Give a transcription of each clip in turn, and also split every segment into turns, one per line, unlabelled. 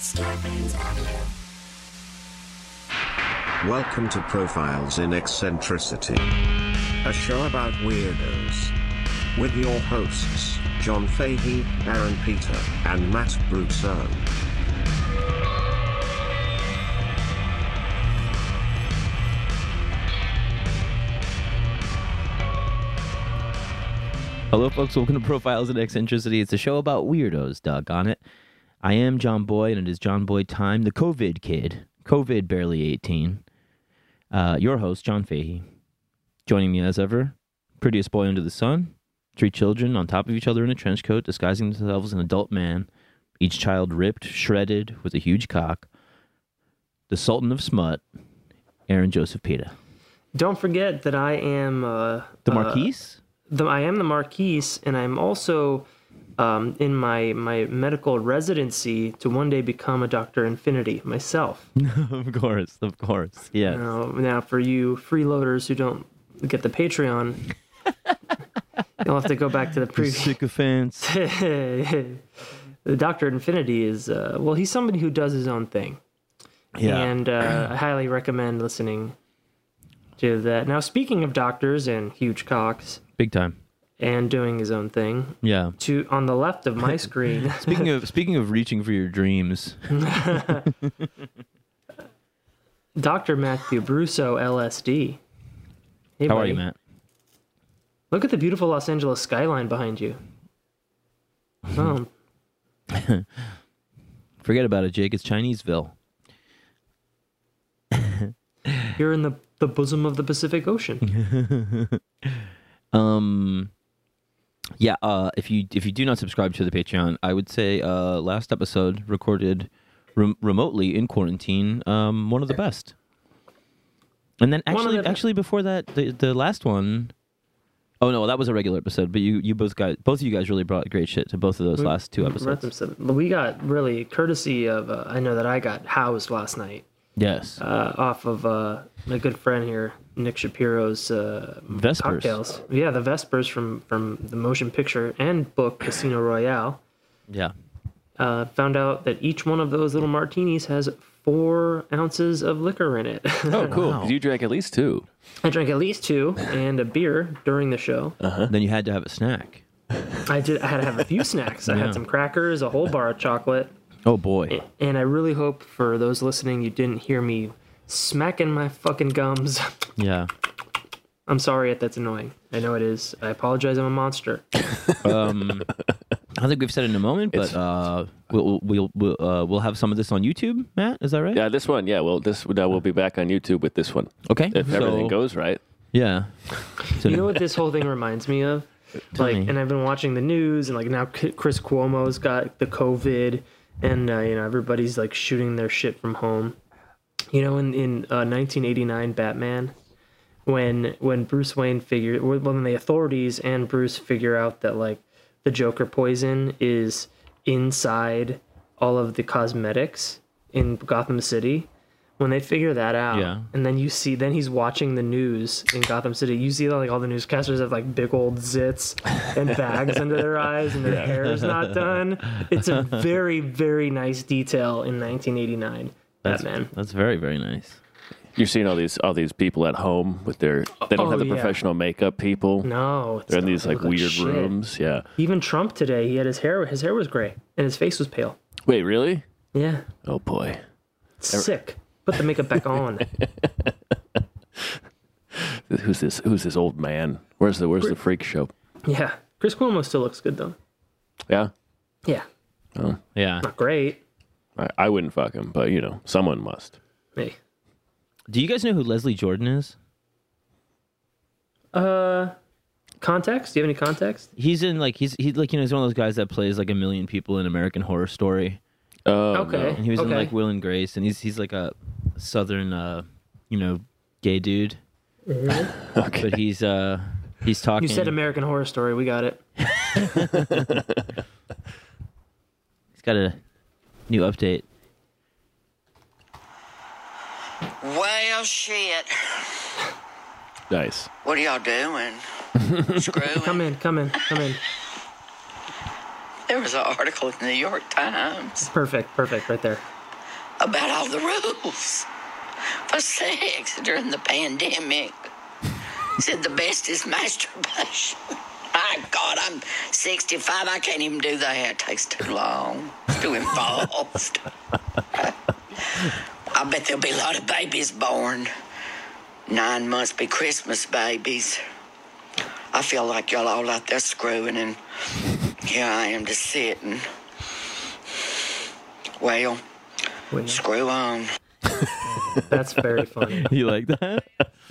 Starbane's Audio.
Welcome to Profiles in Eccentricity, a show about weirdos. With your hosts, John Fahey, Aaron Peter, and Matt Brousseau.
Hello, folks. Welcome to Profiles in Eccentricity. It's a show about weirdos, doggone it. I am John Boyd, and it is John Boyd time, the COVID kid, COVID barely 18. Uh, your host, John Fahey. Joining me as ever, prettiest boy under the sun, three children on top of each other in a trench coat, disguising themselves as an adult man, each child ripped, shredded, with a huge cock. The Sultan of Smut, Aaron Joseph Pita.
Don't forget that I am uh,
The
uh,
Marquise?
the, I am the Marquise, and I'm also um, in my my medical residency to one day become a Doctor Infinity myself.
of course, of course. Yes.
now, now, for you freeloaders who don't get the Patreon, you'll have to go back to the
The
previous.
sycophants.
the Doctor Infinity is uh, well, he's somebody who does his own thing. And uh, I highly recommend listening to that. Now, speaking of doctors and huge cocks
Big time.
and doing his own thing,
Yeah.
to on the left of my screen,
Speaking of speaking of reaching for your dreams,
Dr. Matthew Brusso, LSD. Hey,
how are
buddy.
you, Matt?
Look at the beautiful Los Angeles skyline behind you. Oh,
Forget about it, Jake. It's Chineseville.
you're in the, the bosom of the Pacific Ocean.
Um, yeah. Uh, if you if you do not subscribe to the Patreon, I would say uh, last episode recorded rem- remotely in quarantine, um, one of the best. And then
One of
actually,
the-
actually before that, the the last one oh no, that was a regular episode. But you you both guys, both of you guys really brought great shit to both of those last two
Rhythm
episodes.
seven. But We got really courtesy of, uh, I know that I got housed last night
Yes.
uh, off of uh, my good friend here, Nick Shapiro's uh,
Vespers.
cocktails. Yeah, the Vespers from from the motion picture and book Casino Royale.
Yeah.
Uh, found out that each one of those little martinis has four ounces of liquor in it.
Oh, cool. 'cause You drank at least two.
I drank at least two and a beer during the show.
Then you had to have a snack.
I did. I had to have a few snacks. I
Yeah.
had some crackers, a whole bar of chocolate,
Oh boy.
and I really hope for those listening, you didn't hear me smacking my fucking gums.
Yeah.
I'm sorry if that's annoying. I know it is. I apologize. I'm a monster.
Um, I think we've said it in a moment, but
It's-
uh, we'll we'll we'll, uh, we'll have some of this on YouTube. Matt, is that right?
Yeah, this one. Yeah, well, this now we'll be back on YouTube with this one
Okay.
if everything
So-
goes right.
Yeah. So,
You know what this whole thing reminds me of? Like,
me.
and I've been watching the news, and like now C- Chris Cuomo's got the COVID, and uh, you know everybody's like shooting their shit from home. You know, in in uh, 1989 Batman, when when Bruce Wayne figured, well, when the authorities and Bruce figure out that like the Joker poison is inside all of the cosmetics in Gotham City. When they figure that out,
Yeah.
and then you see, then he's watching the news in Gotham City. You see, like all the newscasters have like big old zits and bags under their eyes, and their hair is not done. It's a very, very nice detail in 1989
that's,
Batman.
that's very very nice.
You're seeing all these all these people at home with their they don't
Oh,
have the
yeah.
professional makeup people.
No, it's
They're in
not-
these
they
like
look
weird
shit.
rooms. Yeah.
Even Trump today, he had his hair. His hair was gray, and his face was pale.
Wait, really?
Yeah,
Oh boy.
it's sick. Put the makeup back on.
Who's this? Who's this old man? Where's the Where's the freak show?
Yeah, Chris Cuomo still looks good though.
Yeah.
Yeah,
Yeah.
not great.
I, I wouldn't fuck him, but you know, someone must.
Hey.
Do you guys know who Leslie Jordan is?
Uh, Context? Do you have any context?
He's in like he's he's like you know he's one of those guys that plays like a million people in American Horror Story,
Oh,
Okay.
and he was in
Okay.
like Will and Grace, and he's he's like a southern uh you know gay dude,
no. okay.
but he's uh he's talking.
Mm-hmm. You said American Horror Story. We got it.
he's got a new update.
Well, shit.
Nice.
What are y'all doing? Screwing.
Come in, come in, come in.
There was an article in the New York Times
Perfect, perfect, right there.
about all the rules for sex during the pandemic. Said the best is masturbation. My God, I'm 65. I can't even do that. It takes too long. It's too involved. I bet there'll be a lot of babies born. Nine months be Christmas babies. I feel like y'all all out there screwing, and here I am just sitting. Well,
Wait,
screw on.
that's very funny.
You like that,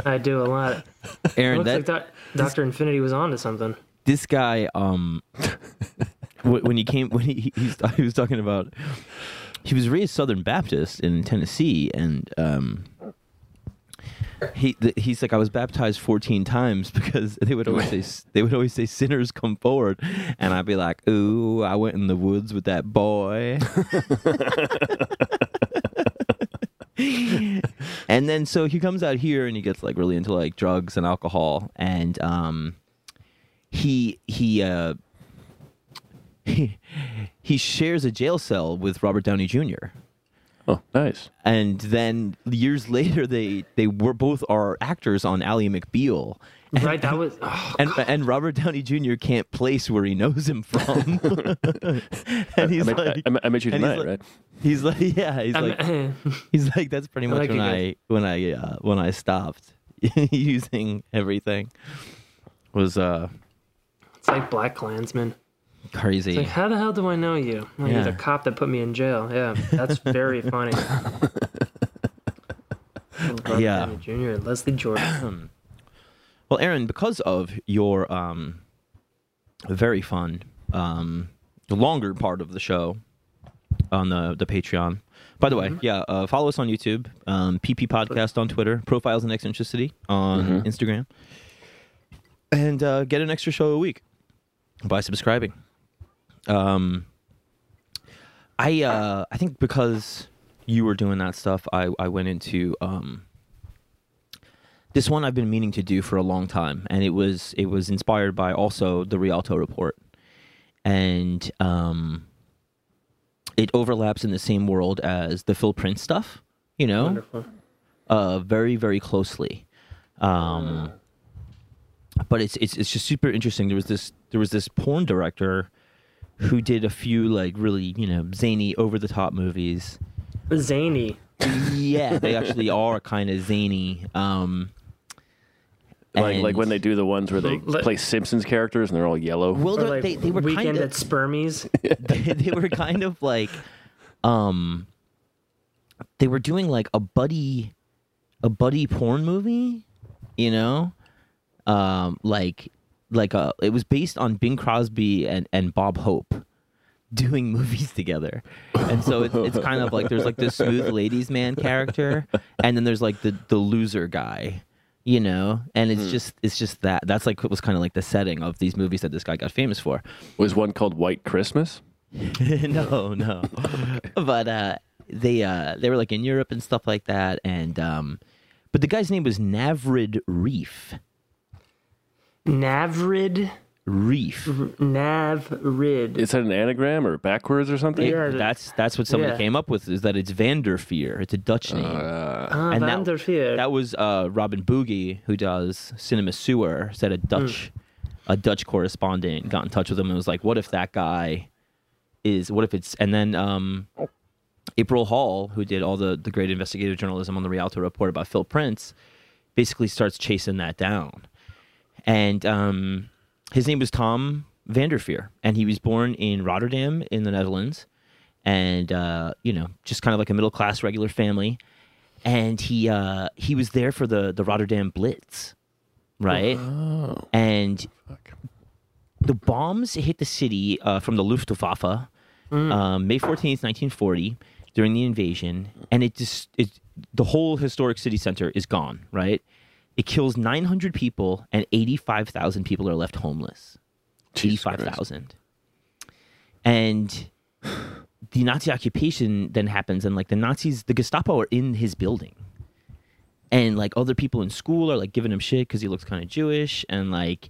I do a lot. It
Aaron?
looks
That
like doc- Doctor Infinity was on to something.
this guy, um, wh- when he came, when he he's, he was talking about, he was raised Southern Baptist in Tennessee, and um, he th- he's like I was baptized fourteen times because they would always say s- they would always say sinners come forward, and I'd be like, ooh, I went in the woods with that boy. and then so he comes out here and he gets like really into like drugs and alcohol and um he he uh he, he shares a jail cell with Robert Downey Jr.
Oh, nice.
And then years later they they were both are actors on Ally McBeal.
Right? That was. Oh,
And and Robert Downey Jr. can't place where he knows him from. and he's
I, met, I-
like
I met- I met you
and he's
tonight,
like-
right?
He's like yeah, he's like
I'm-
He's like, that's pretty much
like
when
you
I
guys.
when I uh, when I stopped using everything was uh
it's like Black Klansman.
crazy.
Like, how the hell do I know you? Well, You're the
Yeah.
cop that put me in jail. Yeah, that's very funny. Robert
Yeah.
Downey Jr. and Leslie Jordan.
well, Aaron, because of your um very fun um the longer part of the show on the the Patreon. By the way, yeah, uh, follow us on YouTube, um, PP Podcast on Twitter, Profiles in Eccentricity on Instagram, and uh, get an extra show a week by subscribing. Um, I uh, I think because you were doing that stuff, I I went into um, this one I've been meaning to do for a long time, and it was it was inspired by also the Rialto report, and um, it overlaps in the same world as the Phil Prince stuff, you know,
Wonderful.
uh, very very closely. Um, but it's it's it's just super interesting. There was this there was this porn director who did a few like really you know zany over the top movies
Zany.
yeah, they actually are kind of zany. Um,
Like, like
and-
when they do the ones where they
Let-
play Simpsons characters and they're all yellow.
well,
Or
they're-
like
they, they were
weekend
kind
at
of
Spermies.
they, they were kind of like, um, they were doing like a buddy, a buddy porn movie, you know, um, like like a it was based on Bing Crosby and and Bob Hope doing movies together. And so it's, it's kind of like there's like this smooth ladies man character and then there's like the the loser guy, you know? And it's just it's just that that's like what was kind of like the setting of these movies that this guy got famous for.
Was one called White Christmas?
no, no. But uh they uh they were like in Europe and stuff like that and um but the guy's name was Navrid Reef.
Navrid.
Reef.
Mm-hmm. Navrid.
Is that an anagram or backwards or something?
Yeah.
It- that's that's what somebody
Yeah.
came up with is that it's Vanderveer. It's a Dutch name.
Ah,
and that-
Van der Veer.
That was uh, Robin Boogie, who does Cinema Sewer, said a Dutch, a Dutch correspondent got in touch with him and was like, "What if that guy is? What if it's?" And then um, April Hall, who did all the the great investigative journalism on the Rialto report about Phil Prince, basically starts chasing that down. And um, his name was Tom Vanderveer, and he was born in Rotterdam in the Netherlands, and uh, you know, just kind of like a middle class regular family and he uh he was there for the the Rotterdam Blitz, right? And the bombs hit the city uh, from the Luftwaffe um, May fourteenth, nineteen forty, during the invasion, and it just it the whole historic city center is gone, right? It kills nine hundred people, and eighty five thousand people are left homeless. Eighty
Jesus
five
Christ.
thousand, and the Nazi occupation then happens, and like the Nazis, the Gestapo are in his building, and like other people in school are like giving him shit because he looks kind of Jewish, and like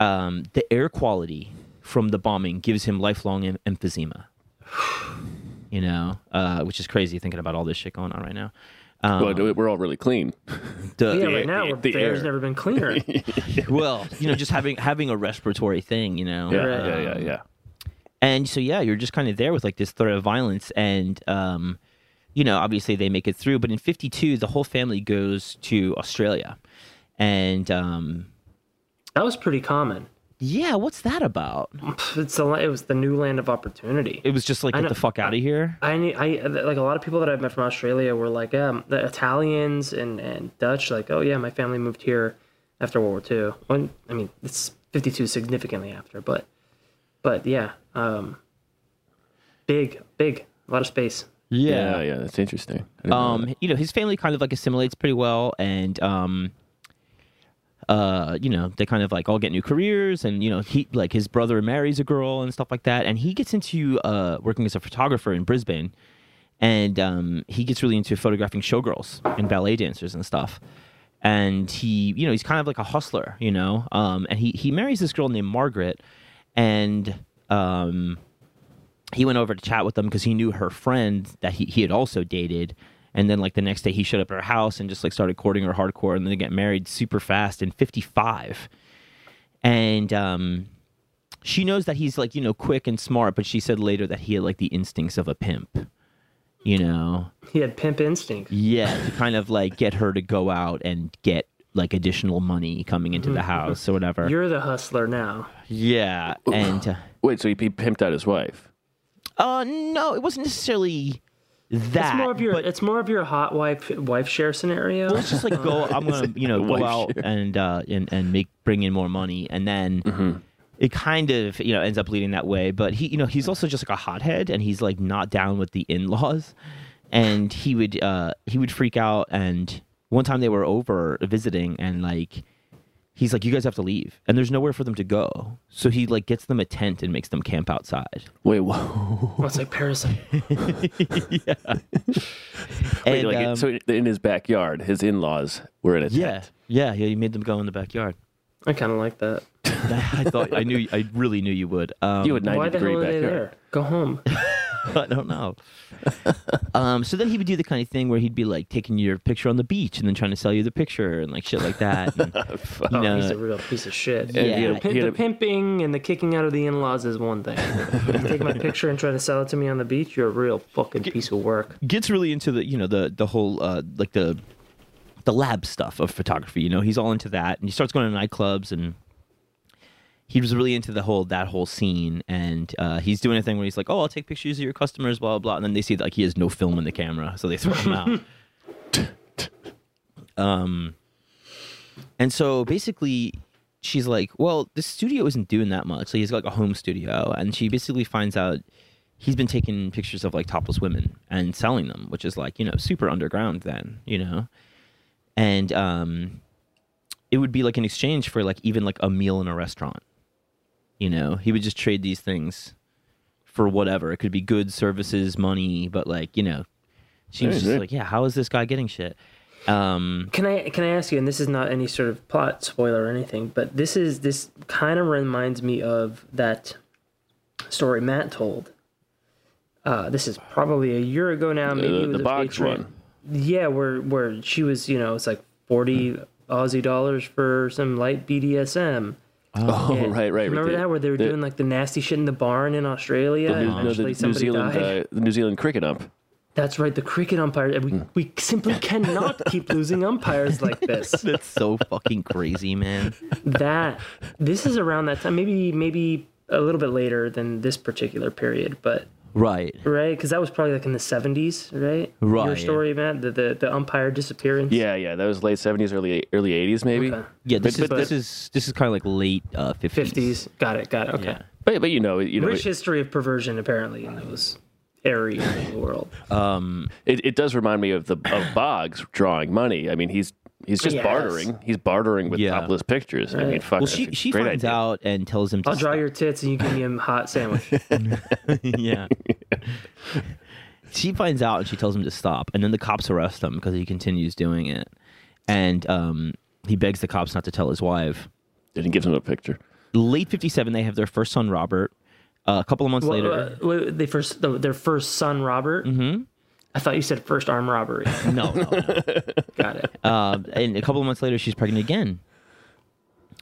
um, the air quality from the bombing gives him lifelong em- emphysema. you know, uh, which is crazy thinking about all this shit going on right now. Um,
But we're all really clean.
duh.
Yeah, right now
the-
we're,
the
the air's
air.
never been cleaner.
well, you know, just having having a respiratory thing, you know.
Yeah,
Right.
yeah, yeah, yeah.
And so yeah, you're just kind of there with like this threat of violence and um you know, obviously they make it through, but in 52 the whole family goes to Australia. And um
that was pretty common.
yeah, what's that about?
It's a, it was the new land of opportunity.
It was just like
I
get
know-
the fuck out of here.
I knew, I uh, like a lot of people that I've met from Australia were like, um, the Italians and and Dutch, like, oh yeah, my family moved here after World War II. When I mean, it's fifty two significantly after, but but yeah, um, big big a lot of space.
Yeah, yeah, that's interesting. I didn't know that.
um you know his family kind of like assimilates pretty well and um uh you know they kind of like all get new careers and you know he like his brother marries a girl and stuff like that and he gets into uh working as a photographer in Brisbane and um he gets really into photographing showgirls and ballet dancers and stuff and he you know he's kind of like a hustler you know um and he he marries this girl named Margaret and um he went over to chat with them because he knew her friend that he, he had also dated. And then like the next day he showed up at her house and just like started courting her hardcore and then they get married super fast in 55. And um she knows that he's like, you know, quick and smart, but she said later that he had like the instincts of a pimp. You know?
He had pimp instinct.
Yeah, to kind of like get her to go out and get like additional money coming into the house or whatever.
You're the hustler now.
yeah. And uh,
Wait, so he, he pimped out his wife?
uh no, it wasn't necessarily that
It's more of your
but-
it's more of your hot wife wife share scenario.
let's just like go. I'm gonna you know go
Wife
out and uh and and make bring in more money, and then
Mm-hmm.
it kind of you know ends up leading that way. But he you know he's also just like a hothead, and he's like not down with the in laws, and he would uh he would freak out. And one time they were over visiting, and like he's like, you guys have to leave, and there's nowhere for them to go. So he like gets them a tent and makes them camp outside.
Wait, whoa.
Well, it's like parasite.
Wait,
And,
like,
um,
so in his backyard, his in-laws were in a
yeah,
tent.
yeah, yeah. He made them go in the backyard.
I kind of like that.
I thought I knew. I really knew you would. Um,
You had
Why the
ninety-degree
hell are they
backyard.
there? Go home.
I don't know. um, so then he would do the kind of thing where he'd be like taking your picture on the beach and then trying to sell you the picture and like shit like that. And, you
Oh, he's a
know,
real piece of shit.
Yeah.
he had a-
The, pim-
he had
the
a-
pimping and the kicking out of the in-laws is one thing. you take my picture and try to sell it to me on the beach, you're a real fucking piece of work.
gets really into the you know the the whole uh, like the the lab stuff of photography. You know, he's all into that and he starts going to nightclubs and he was really into the whole that whole scene. And uh, he's doing a thing where he's like, "Oh, I'll take pictures of your customers," blah blah. blah. And then they see like he has no film in the camera, so they throw him out. Um, And so basically, she's like, "Well, this studio isn't doing that much. So he's got like a home studio." And she basically finds out he's been taking pictures of like topless women and selling them, which is like you know super underground. Then you know, and um, it would be like an exchange for like even like a meal in a restaurant. You know, he would just trade these things for whatever. It could be goods, services, money, but like you know, she was
Hey,
just
hey.
like, "Yeah, how is this guy getting shit?"
Hmm.
Um,
Can I can I ask you? And this is not any sort of plot spoiler or anything, but this is this kind of reminds me of that story Matt told. Uh, this is probably a year ago now. Maybe it
The,
was
the
a
box
Patreon-
one.
Yeah, where where she was, you know, it's like forty
Hmm.
Aussie dollars for some light BDSM.
Oh,
Yeah.
right, right.
Remember
right.
that where they were
the-
doing like the nasty shit in the barn in Australia?
the,
and
New- no, the
eventually
New
somebody
Zealand,
died?
uh, the New Zealand cricket ump.
That's right, the cricket umpire. We,
Hmm.
we simply cannot keep losing umpires like this.
that's so fucking crazy, man.
That this is around that time, maybe maybe a little bit later than this particular period, but
Right.
right because that was probably like in the seventies, right? Your
Right.
story, Matt, the, the the umpire disappearance.
Yeah, yeah, that was late seventies, early early eighties, maybe.
Okay.
Yeah, this
But-
is
but
this is this is kind of like late uh, 50s.
fifties. Got it. Got it. Okay.
Yeah.
But but you know, you know,
Rich
it,
history of perversion apparently in those areas of the world.
it, it does remind me of the of Boggs drawing money. I mean, he's he's just
Yes.
bartering. He's bartering with
Yeah.
topless pictures. I mean,
Well,
fuck. that's
she
a
she
great
finds
idea.
out and tells him to
I'll draw
stop.
your tits and you give me a hot sandwich.
yeah. she finds out and she tells him to stop, and then the cops arrest him because he continues doing it, and um, he begs the cops not to tell his wife.
and he gives him a picture.
Late '57, they have their first son, Robert. Uh, a couple of months
Well,
later,
uh, wait, they first the, their first son Robert. Mm-hmm. I thought you said first armed robbery.
no, no,
Got it.
uh, and a couple of months later, she's pregnant again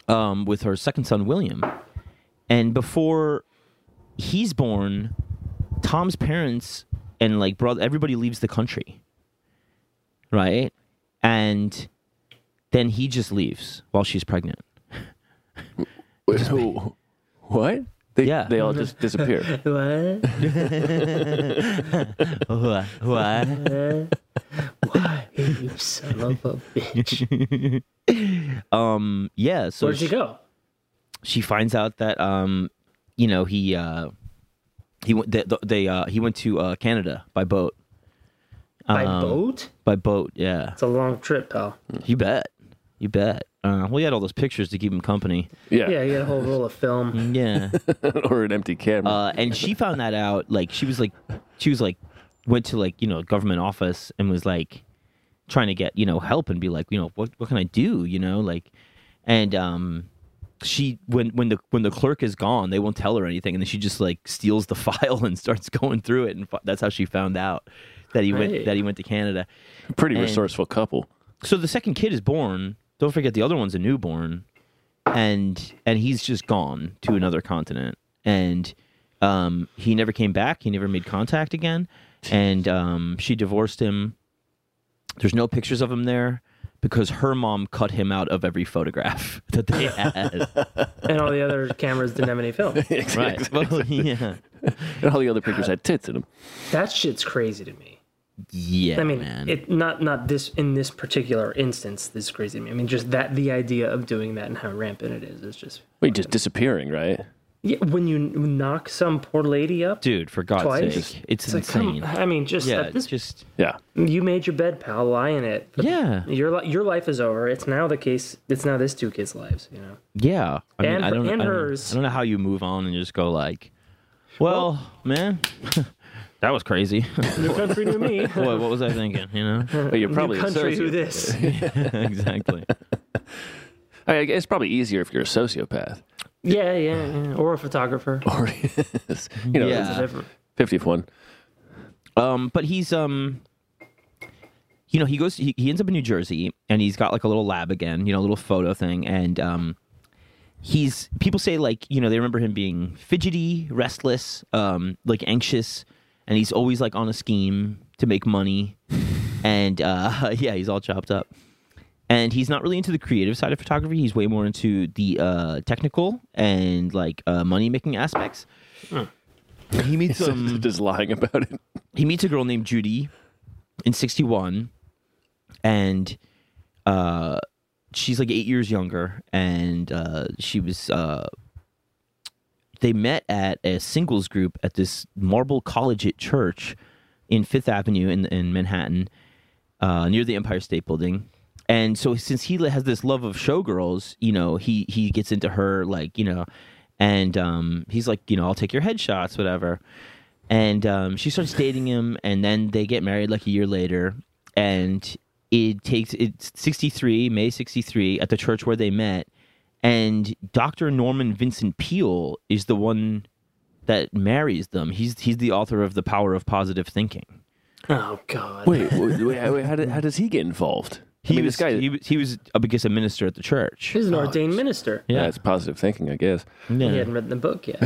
um, with her second son, William. And before he's born, Tom's parents and like brother, everybody leaves the country, right? And then he just leaves while she's pregnant.
Who? What? They,
Yeah.
They all just disappear.
what?
What? What?
Why you son of a bitch?
um, yeah. So
Where'd you
she,
go?
she finds out that um, you know he uh, he went they, they uh, he went to uh, Canada by boat
By
Um,
boat?
by boat. Yeah.
It's a long trip, pal.
You bet. You bet. Uh, well, he had all those pictures to keep him company.
Yeah, you got a whole roll of film.
Yeah.
or an empty camera.
uh, and she found that out. Like she was like, she was like, went to like you know government office and was like, trying to get you know help and be like you know what what can I do you know like, and um, she when when the when the clerk is gone they won't tell her anything and then she just like steals the file and starts going through it and fi- that's how she found out that he went
Right.
that he went to Canada.
Pretty
and-
resourceful couple.
so the second kid is born don't forget the other one's a newborn and and he's just gone to another continent and um he never came back he never made contact again and um she divorced him there's no pictures of him there because her mom cut him out of every photograph that they had
And all the other cameras didn't have any film.
right well yeah
And all the other pictures had tits in them.
That shit's crazy to me.
yeah
I mean,
man.
it not not this in this particular instance. This is crazy to me. I mean, just that the idea of doing that and how rampant it is is just.
Wait, just disappearing, right?
Yeah, when you knock some poor lady up,
dude for god's
Twice?
sake it's,
it's like, come-
insane
I mean, just
yeah
at this,
just
Yeah.
you made your bed, pal. Lie in it. But
Yeah.
your li- your life is over. It's now the case. It's now this two kids' lives. You know.
Yeah, I mean,
And
I
her-
don't,
and
I don't,
hers.
I don't know how you move on and just go like, well, man, that was crazy.
New country, new me.
Boy, what was I thinking? You know,
But you're
New
probably
country, who
a soci-
this?
exactly.
I mean, it's probably easier if you're a sociopath.
Yeah, yeah, yeah. Or a photographer.
Or you know,
Yeah.
yeah.
Different.
50th one.
Um, but he's um, you know, he goes, he, he ends up in New Jersey, and he's got like a little lab again, you know, a little photo thing, and um, he's people say like, you know, they remember him being fidgety, restless, um, like anxious, and he's always like on a scheme to make money, and uh, yeah, he's all chopped up. and he's not really into the creative side of photography. He's way more into the uh, technical and like uh, money making aspects. He meets um,
just lying about it.
he meets a girl named Judy in 61 and uh she's like 8 years younger and uh she was uh they met at a singles group at this Marble Collegiate Church in 5th Avenue in in Manhattan uh near the Empire State Building and so since he has this love of showgirls you know he he gets into her like you know and um he's like you know I'll take your headshots whatever and um, she starts dating him, and then they get married like a year later. And it takes it's sixty three, May sixty three, at the church where they met. And Doctor Norman Vincent Peale is the one that marries them. He's he's the author of The Power of Positive Thinking.
Oh God.
Wait, wait, wait how, did, how does he get involved?
He
I mean,
was
this guy.
he was he was I guess a minister at the church.
He's an ordained minister.
yeah, it's positive thinking, I guess.
He
Yeah.
hadn't read the book yet.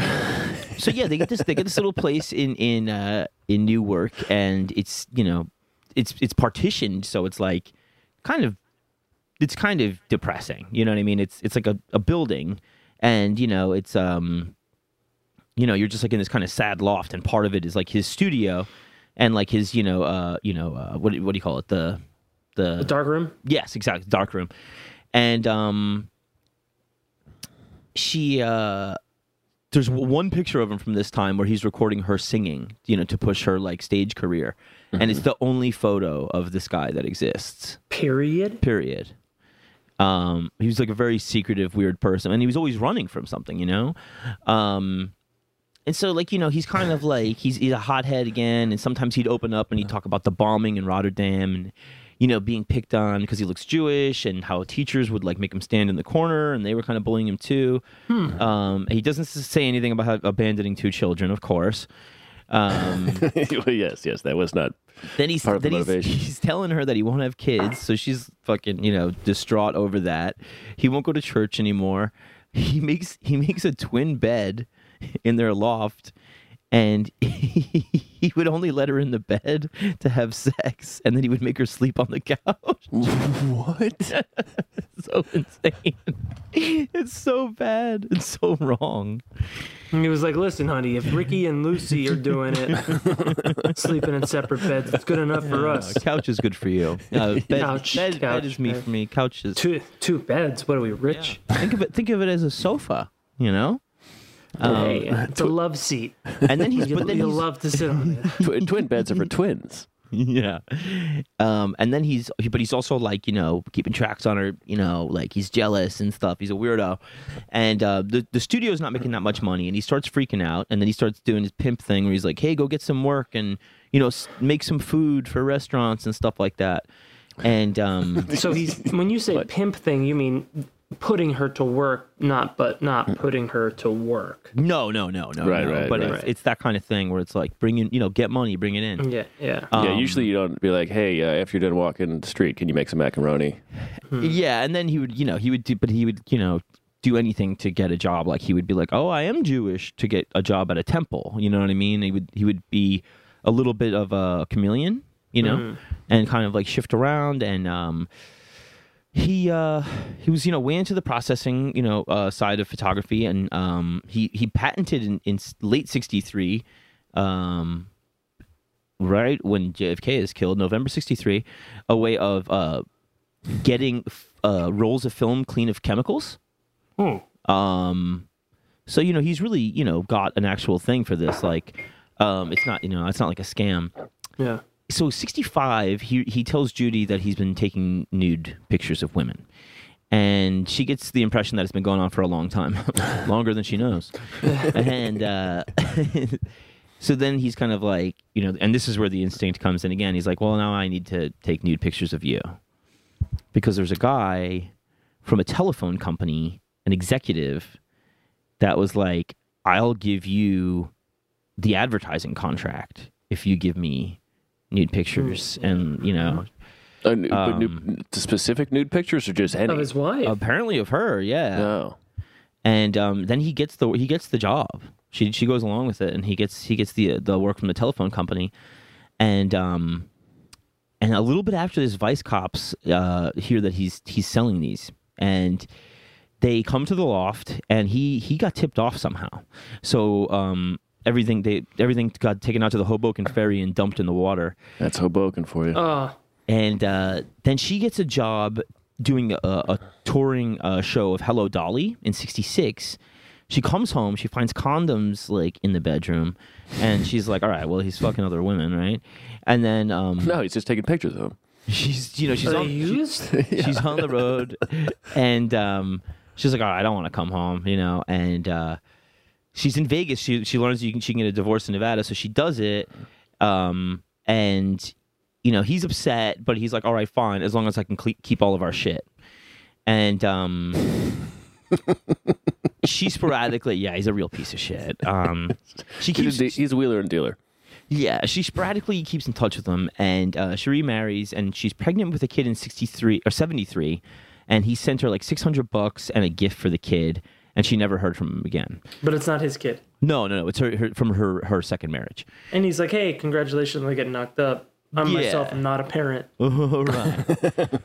so yeah, they get this they get this little place in in uh, in Newark, and it's you know, it's it's partitioned, so it's like kind of it's kind of depressing. You know what I mean? It's it's like a, a building, and you know it's um, you know you're just like in this kind of sad loft, and part of it is like his studio, and like his you know uh you know uh, what do- what do you call it the the
The dark room.
Yes, exactly. Dark room. And um she uh there's w- one picture of him from this time where he's recording her singing, you know, to push her like stage career. And it's the only photo of this guy that exists.
Period.
Period. Um he was like a very secretive weird person and he was always running from something, you know. Um and so, like you know, he's kind of like he's he's a hothead again. And sometimes he'd open up and he'd talk about the bombing in Rotterdam, and you know, being picked on because he looks Jewish and how teachers would like make him stand in the corner and they were kind of bullying him too. Um, he doesn't s- say anything about how- abandoning two children, of course. Um,
Well, yes, yes, that was not.
then he's
Part of the
then he's,
motivation.
he's telling her that he won't have kids, so she's fucking you know distraught over that. He won't go to church anymore. He makes he makes a twin bed in their loft, and he, would only let her in the bed to have sex, and then he would make her sleep on the couch.
What?
so insane! It's so bad. It's so wrong.
And he was like, "Listen, honey, if Ricky and Lucy are doing it, sleeping in separate beds, it's good enough for
Uh,
us.
couch is good for you. Uh, bed,
Couch,
bed, bed
couch,
is me
bed.
for me. Couch is
Two two beds. What are we rich?
think of it think of it as a sofa you know
hey, it's a love seat.
and then he's
You,
but then
you
he's,
love to sit on it.
Tw- twin beds are for twins.
yeah um and then he's but he's also like you know keeping tracks on her you know like he's jealous and stuff he's a weirdo and uh the, the studio's not making that much money and he starts freaking out and then he starts doing his pimp thing where he's like hey go get some work and you know s- make some food for restaurants and stuff like that and um
So he's when you say pimp thing, you mean putting her to work, not but
Mm.
not putting her to work.
no no no no
Right,
no.
right,
but
right.
It's, it's that kind of thing where it's like bring in you know get money bring it in
Yeah, yeah.
Uh, Um,
yeah, usually you don't be like, hey, uh, after you're done walking the street, can you make some macaroni?
Yeah, and then he would, you know, he would do, but he would, you know, do anything to get a job. Like he would be like, "Oh, I am Jewish," to get a job at a temple. You know what I mean? He would, he would be a little bit of a chameleon, you know, and kind of like shift around. And um, he, uh, he was, you know, way into the processing, you know, uh, side of photography, and um, he he patented in, in s- late '63. Um, right when JFK is killed, November '63, a way of uh, getting f- uh, rolls of film clean of chemicals. Um, so you know he's really you know got an actual thing for this. Like, um, it's not you know it's not like a scam.
yeah.
So sixty five, he he tells Judy that he's been taking nude pictures of women. And she gets the impression that it's been going on for a long time, longer than she knows. and uh, so then he's kind of like, you know, and this is where the instinct comes in again. He's like, well, now I need to take nude pictures of you because there's a guy from a telephone company, an executive, that was like, I'll give you the advertising contract if you give me nude pictures. And, you know,
Uh, nu- but nu-
Um,
specific nude pictures or just any?
Of his wife.
apparently of her, yeah.
no.
And um, then he gets the he gets the job. She she goes along with it, and he gets he gets the the work from the telephone company, and um, and a little bit after this, Vice cops uh, hear that he's he's selling these, and they come to the loft, and he he got tipped off somehow. So um, everything they everything got taken out to the Hoboken ferry and dumped in the water,
That's Hoboken for
uh, Um,
you.
oh,
and uh, then she gets a job doing a, a touring uh, show of Hello Dolly in '66. She comes home, she finds condoms like in the bedroom, and she's like, "All right, well, he's fucking other women, right?" And then um,
no, he's just taking pictures of him.
she's, you know, she's
are
on,
they used?
she's on the road and um, she's like, "All right, I don't want to come home," you know, and uh, she's in Vegas. She she learns you can, she can get a divorce in Nevada, so she does it. Um, and you know, he's upset, but he's like, "All right, fine, as long as I can cle keep all of our shit." And um, she sporadically, yeah, he's a real piece of shit. Um, she keeps
He's, a de- he's a wheeler and dealer.
yeah, she sporadically keeps in touch with him, and uh, she remarries, and she's pregnant with a kid in sixty three or seventy three, and he sent her like six hundred bucks and a gift for the kid, and she never heard from him again.
But it's not his kid.
No, no, no, it's her, her from her her second marriage.
And he's like, "Hey, congratulations on getting knocked up. I'm
Yeah.
myself. I'm not a parent."
All right.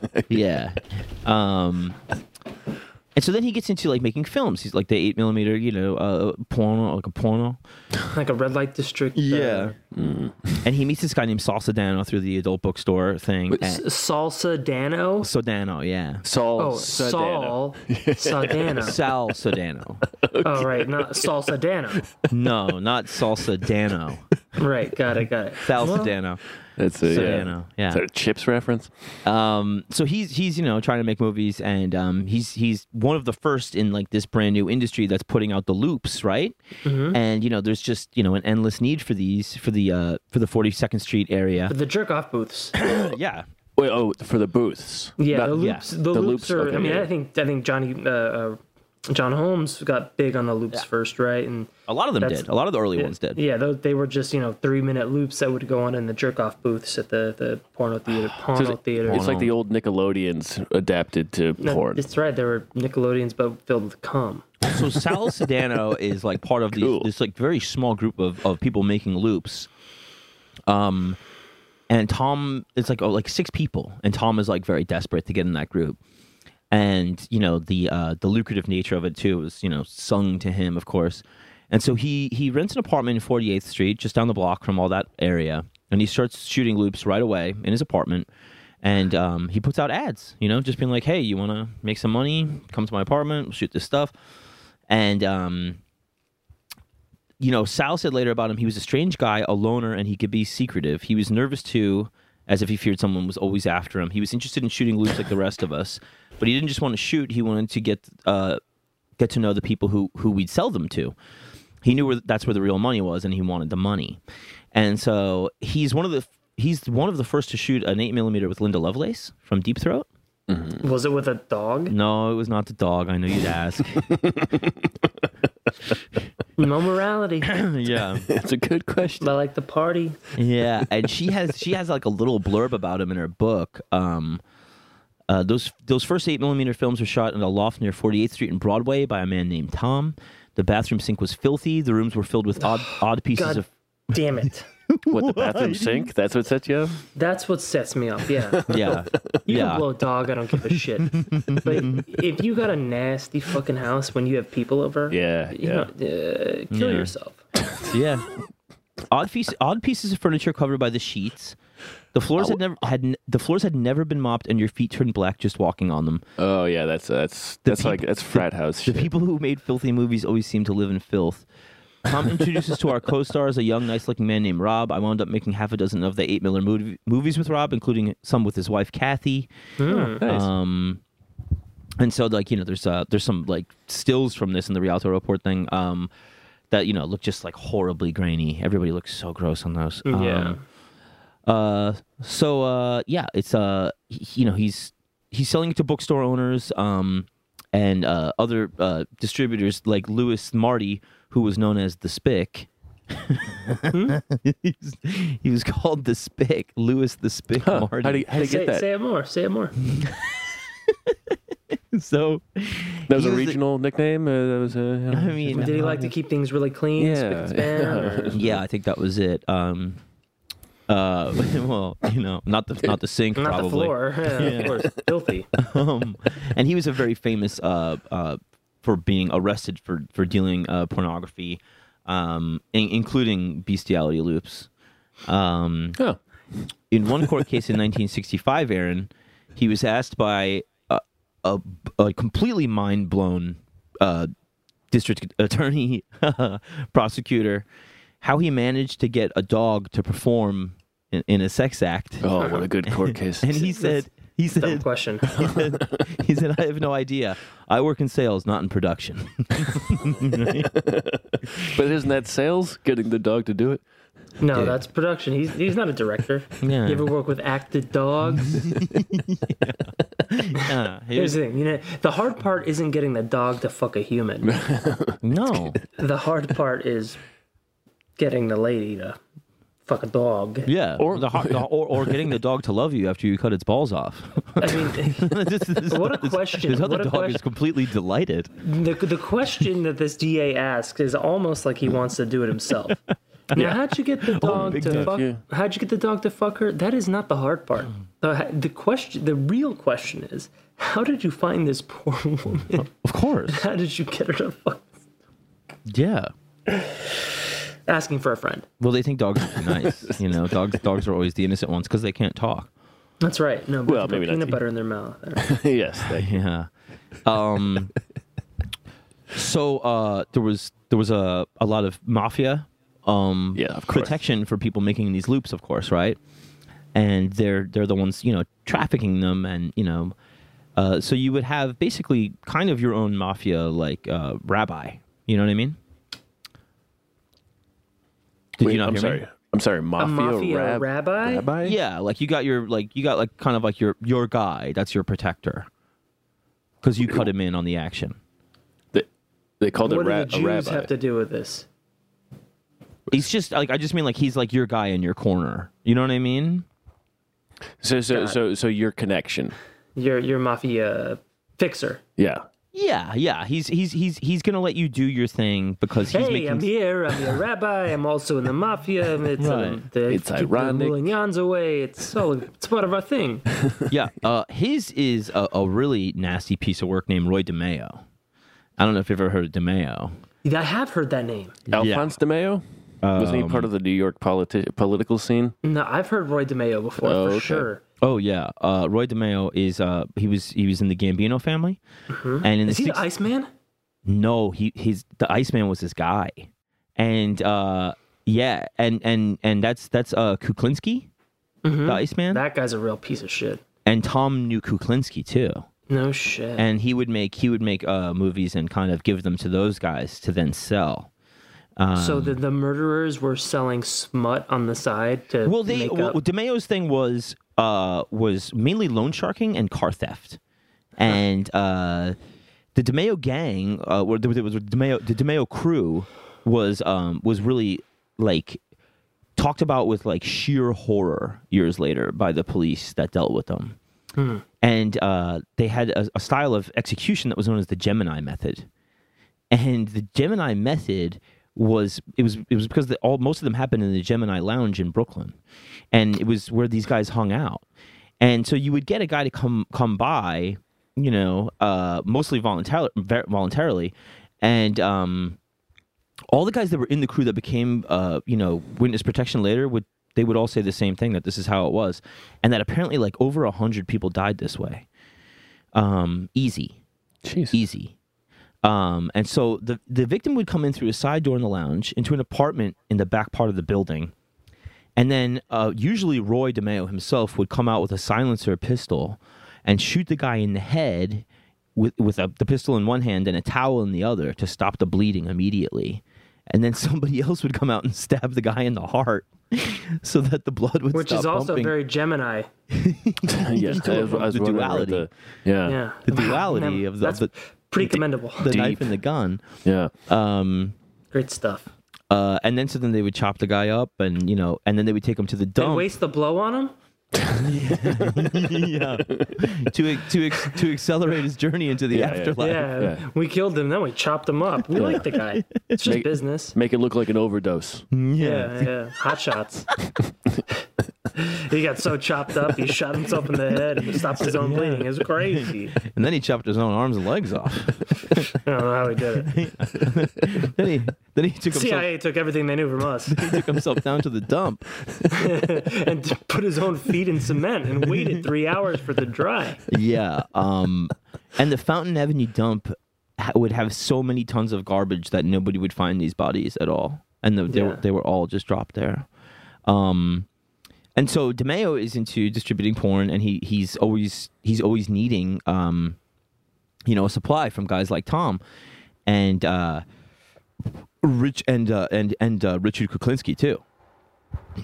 yeah. Um, and so then he gets into like making films. He's like the eight millimeter, you know, uh, porno, like a porno.
Like a red light district. uh,
And he meets this guy named Salsa Dano through the adult bookstore thing.
S-
And-
Salsa Dano.
Sodano, yeah.
Saul.
Oh,
Sedano.
Saul Saldano.
Sal Sodano.
oh, right, not Salsa Dano.
No, not salsa dano.
Right, got it, got it.
Salsa dano.
That's a,
Sedano, yeah.
Is that a chips reference?
Um, so he's he's you know trying to make movies, and um, he's he's one of the first in like this brand new industry that's putting out the loops, right?
Mm-hmm.
And you know, there's just you know an endless need for these for the uh, for the 42nd Street area.
The jerk off booths.
yeah.
Wait, oh, for the booths.
Yeah,
Not-
the
yeah.
loops. The,
The
loops,
loops,
are.
okay,
I mean,
yeah.
I think I think Johnny uh, uh, John Holmes got big on the loops first, right? And
A lot of them
That's-
did. A lot of the early ones did.
yeah, those, they were just you know three minute loops that would go on in the jerk off booths at the the porno theater, porno theater.
It's like the old Nickelodeons adapted to
No,
porn.
That's right. There were Nickelodeons, but filled with cum.
So Sal Sedano is like part of these,
Cool.
this like very small group of, of people making loops. Um, and Tom, it's like oh, like six people, and Tom is like very desperate to get in that group. And you know the uh, the lucrative nature of it too was you know sung to him, of course. And so he he rents an apartment in 48th Street, just down the block from all that area, and he starts shooting loops right away in his apartment. And um, he puts out ads, you know, just being like, "Hey, you want to make some money? Come to my apartment. We'll shoot this stuff." And um, you know, Sal said later about him, he was a strange guy, a loner, and he could be secretive. He was nervous too, as if he feared someone was always after him. He was interested in shooting loops like the rest of us, but he didn't just want to shoot. He wanted to get uh, get to know the people who who we'd sell them to. He knew where that's where the real money was, and he wanted the money. And so he's one of the he's one of the first to shoot an eight millimeter with Linda Lovelace from Deep Throat.
Hmm.
Was it with a dog?
No, it was not the dog. I know you'd ask.
No morality. but
yeah.
That's a good question.
I like the party.
yeah and she has she has like a little blurb about him in her book um uh, those those first eight millimeter films were shot in a loft near 48th Street and Broadway by a man named Tom. The bathroom sink was filthy. The rooms were filled with odd odd pieces
God
of
damn it.
What the bathroom sink? That's what set you up.
That's what sets me up. Yeah.
yeah
You
yeah
can blow a dog. I don't give a shit. but if you got a nasty fucking house when you have people over,
Yeah,
you
yeah.
know, uh, kill
Yeah.
yourself.
yeah. Odd piece odd pieces of furniture covered by the sheets. The floors had never had n- the floors had never been mopped, and your feet turned black just walking on them.
Oh yeah, that's that's that's like that's frat house
The
shit.
people who made filthy movies always seem to live in filth. Tom introduces to our co-stars a young, nice-looking man named Rob. I wound up making half a dozen of the eight Miller movie, movies with Rob, including some with his wife Kathy.
Oh, Nice.
Um, and so, like you know, there's uh, there's some like stills from this in the Rialto report thing. Um, that you know look just like horribly grainy. Everybody looks so gross on those. Um,
Yeah.
uh, so uh, yeah, it's uh, he, you know, he's he's selling it to bookstore owners, um, and uh, other uh, distributors like Lewis Marty, who was known as the Spick. he, was, he was called the Spick, Lewis the Spick Marty.
How do you, how do you
Say,
get that?
say it more. Say it more.
so,
that
he was
was a
the-
regional nickname. Uh, that was a.
I mean, um,
Did he like to keep things really clean?
Yeah,
spick and span, or-
yeah, I think that was it. Um, uh, well, you know, not the not the sink,
Not
probably.
the floor. Yeah, The floor is filthy.
um, and he was a very famous uh, uh, for being arrested for for dealing uh, pornography, um, in- including bestiality loops. Um,
Oh,
in one court case in 1965, Aaron, he was asked by a, a, a completely mind blown uh, district attorney prosecutor how he managed to get a dog to perform in, in a sex act,
oh,
uh-huh.
what a good court case.
and he said. He
Dumb
said,
question.
he said, he said, I have no idea. I work in sales, not in production.
but isn't that sales getting the dog to do it?
No, that's production. He's he's not a director.
Yeah.
You ever work with acted dogs?
Uh, he
Here's
was-
the thing. You know, the hard part isn't getting the dog to fuck a human.
no.
The hard part is getting the lady to fuck a dog.
Yeah. Or,
Or-
the, ho- the, or, or getting the dog to love you after you cut its balls off.
I mean,
this, this,
What a question.
This other
What a
dog is
question.
completely delighted.
the the question that this DA asks is almost like he wants to do it himself. Now, how'd you get the dog
Oh, big
to
time.
fuck?
Yeah.
How'd you get the dog to fuck her? That is not the hard part. The, the question, the real question is, how did you find this poor woman?
Of course.
How did you get her to fuck?
Yeah.
Asking for a friend.
Well, they think dogs are nice. you know, dogs dogs are always the innocent ones because they can't talk.
That's right. No, but
Well,
they put
maybe not
peanut
to-
butter in their mouth.
yes. Thank you.
Yeah. Um. so uh, there was there was a a lot of mafia. Um,
Yeah, of course.
protection for people making these loops, of course, right? And they're they're the ones you know trafficking them, and you know, uh, so you would have basically kind of your own mafia like uh, rabbi. You know what I mean? Did
Wait,
you not
I'm
hear
sorry.
me?
I'm sorry,
A
mafia,
mafia
rab-
rabbi?
rabbi?
Yeah, like you got your like you got like kind of like your your guy. That's your protector because you cut him in on the action.
They, they called
What
it
do
ra-
the
a
Jews
rabbi.
have to do with this?
He's just like I just mean like he's like your guy in your corner. You know what I mean?
so, so, so, so your connection.
Your your mafia fixer.
Yeah.
Yeah, yeah. He's he's he's he's gonna let you do your thing because he's
hey,
making.
I'm here. I'm your rabbi. I'm also in the mafia. and It's, um,
Right.
the,
It's
keep
ironic.
The Moulignans away. It's all. It's part of our thing.
Yeah, uh, his is a, a really nasty piece of work named Roy DeMeo. I don't know if you've ever heard of DeMeo.
I have heard that name.
Alphonse de Mayo? Wasn't he
Um,
part of the New York politi- political scene?
No, I've heard Roy DeMeo before
Oh,
for
okay.
sure.
Oh yeah, uh, Roy DeMeo is uh, he was he was in the Gambino family, and in the
Mm-hmm. Is he the
six-
Iceman?
no he his the Iceman was his guy, and uh, yeah, and and and that's that's uh, Kuklinski,
Mm-hmm.
the Iceman,
That guy's a real piece of shit.
and Tom knew Kuklinski too.
No shit.
and he would make he would make uh, movies and kind of give them to those guys to then sell.
so the, the murderers were selling smut on the side to
Well, they
make
well,
up.
DeMeo's thing was uh, was mainly loan sharking and car theft, and uh, the DeMeo gang uh, or there was the DeMeo the DeMeo crew was um, was really like talked about with like sheer horror years later by the police that dealt with them.
Hmm.
And uh, they had a, a style of execution that was known as the Gemini method. and the Gemini method was it was it was because the, all most of them happened in the Gemini Lounge in Brooklyn, and it was where these guys hung out, and so you would get a guy to come come by, you know, uh, mostly voluntarily, voluntarily, and um, all the guys that were in the crew that became uh, you know witness protection later would they would all say the same thing that this is how it was, and that apparently like over a hundred people died this way, um, easy
Jeez.
easy. Um, and so the the victim would come in through a side door in the lounge into an apartment in the back part of the building, and then uh, usually Roy DeMeo himself would come out with a silencer pistol and shoot the guy in the head with with a, the pistol in one hand and a towel in the other to stop the bleeding immediately. And then somebody else would come out and stab the guy in the heart so that the blood would
which
stop
is also
pumping.
very Gemini.
yeah.
Just
I was, I was
the
wondering where
duality.
the- yeah. Yeah.
Yeah.
The duality of the-
That's
the-
pretty commendable.
the knife
deep.
and the gun.
Great stuff.
Uh, and then so then they would chop the guy up and you know and then they would take him to the
And
dump
waste the blow on him?
yeah. to to ex- to accelerate his journey into the
Yeah, yeah.
afterlife.
Yeah,
Yeah.
we killed him, then we chopped him up. We like the guy. It's just
Make-
business.
Make it look like an overdose.
Yeah, yeah. Hot shots. he got so chopped up, he shot himself in the head and stopped his own bleeding. It was crazy. I
And then he chopped his own arms and legs off.
don't know how he did it.
then he then he took himself,
CIA took everything they knew from us
he took himself down to the dump.
and t- put his own feet in cement and waited three hours for it to dry.
Yeah. Um and the Fountain Avenue dump ha- would have so many tons of garbage that nobody would find these bodies at all. And the, they were
Yeah.
they were all just dropped there. Um and so DeMeo is into distributing porn and he he's always he's always needing um you know, a supply from guys like Tom and uh, Rich and uh, and and uh, Richard Kuklinski too,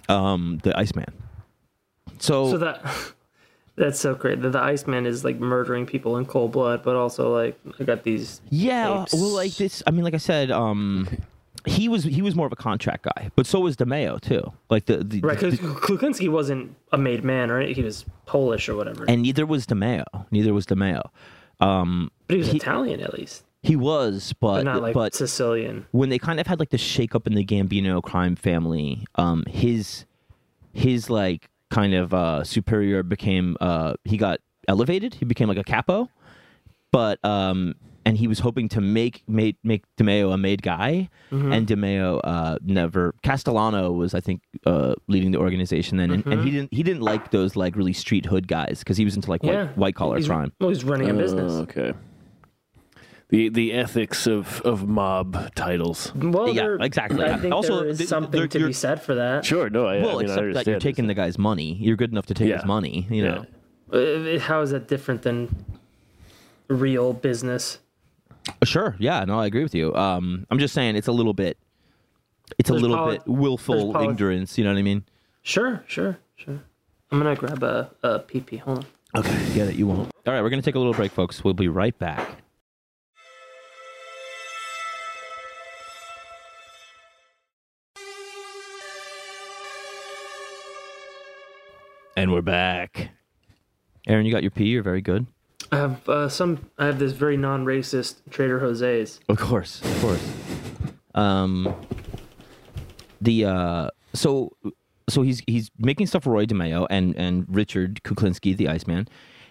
um, the Iceman. So,
So that that's so great. The, the Iceman is like murdering people in cold blood, but also like I got these.
yeah, uh,
Apes.
well, like this. I mean, like I said, um, he was he was more of a contract guy, but so was DeMeo too. Like the, the,
Right, because
the-
Klukinski wasn't a made man, right? He was Polish or whatever,
and neither was DeMeo. Neither was DeMeo. Um,
but he was Italian at least,
he was, but
but not like
but
Sicilian.
when they kind of had like the shakeup in the Gambino crime family, um, his his like kind of uh, superior became uh, he got elevated. He became like a capo, but um, and he was hoping to make make make DeMeo a made guy,
Mm-hmm.
and DeMeo uh, never. Castellano was I think uh, leading the organization then, and, and
Mm-hmm.
he didn't he didn't like those like really street hood guys because he was into like white,
Yeah.
white collar
He's-
crime.
Well, he's running a business.
Oh, okay. The the ethics of, of mob titles.
well,
yeah,
there-
exactly.
I think
Also,
there is
th-
something
there-
to
you're-
be said for that.
Sure. No.
Well,
I, I mean, I
except
understand
that you're taking the guy's money. You're good enough to take
Yeah.
his money, you
Yeah.
know.
Uh, How is that different than real business?
Uh, Sure. Yeah. No, I agree with you. Um, I'm just saying it's a little bit It's a
There's
little
poli-
bit willful
there's poli-
ignorance. You know what I mean?
Sure, sure, sure. I'm gonna grab a, a PP. Hold on.
Okay, get it. You won't. All right, we're gonna take a little break, folks. We'll be right back. And we're back. Aaron, you got your pee. You're very good.
I have uh, some. I have this very non-racist Trader Jose's.
Of course, of course. Um, the uh, so so he's he's making stuff for Roy DeMeo and and Richard Kuklinski, the Iceman,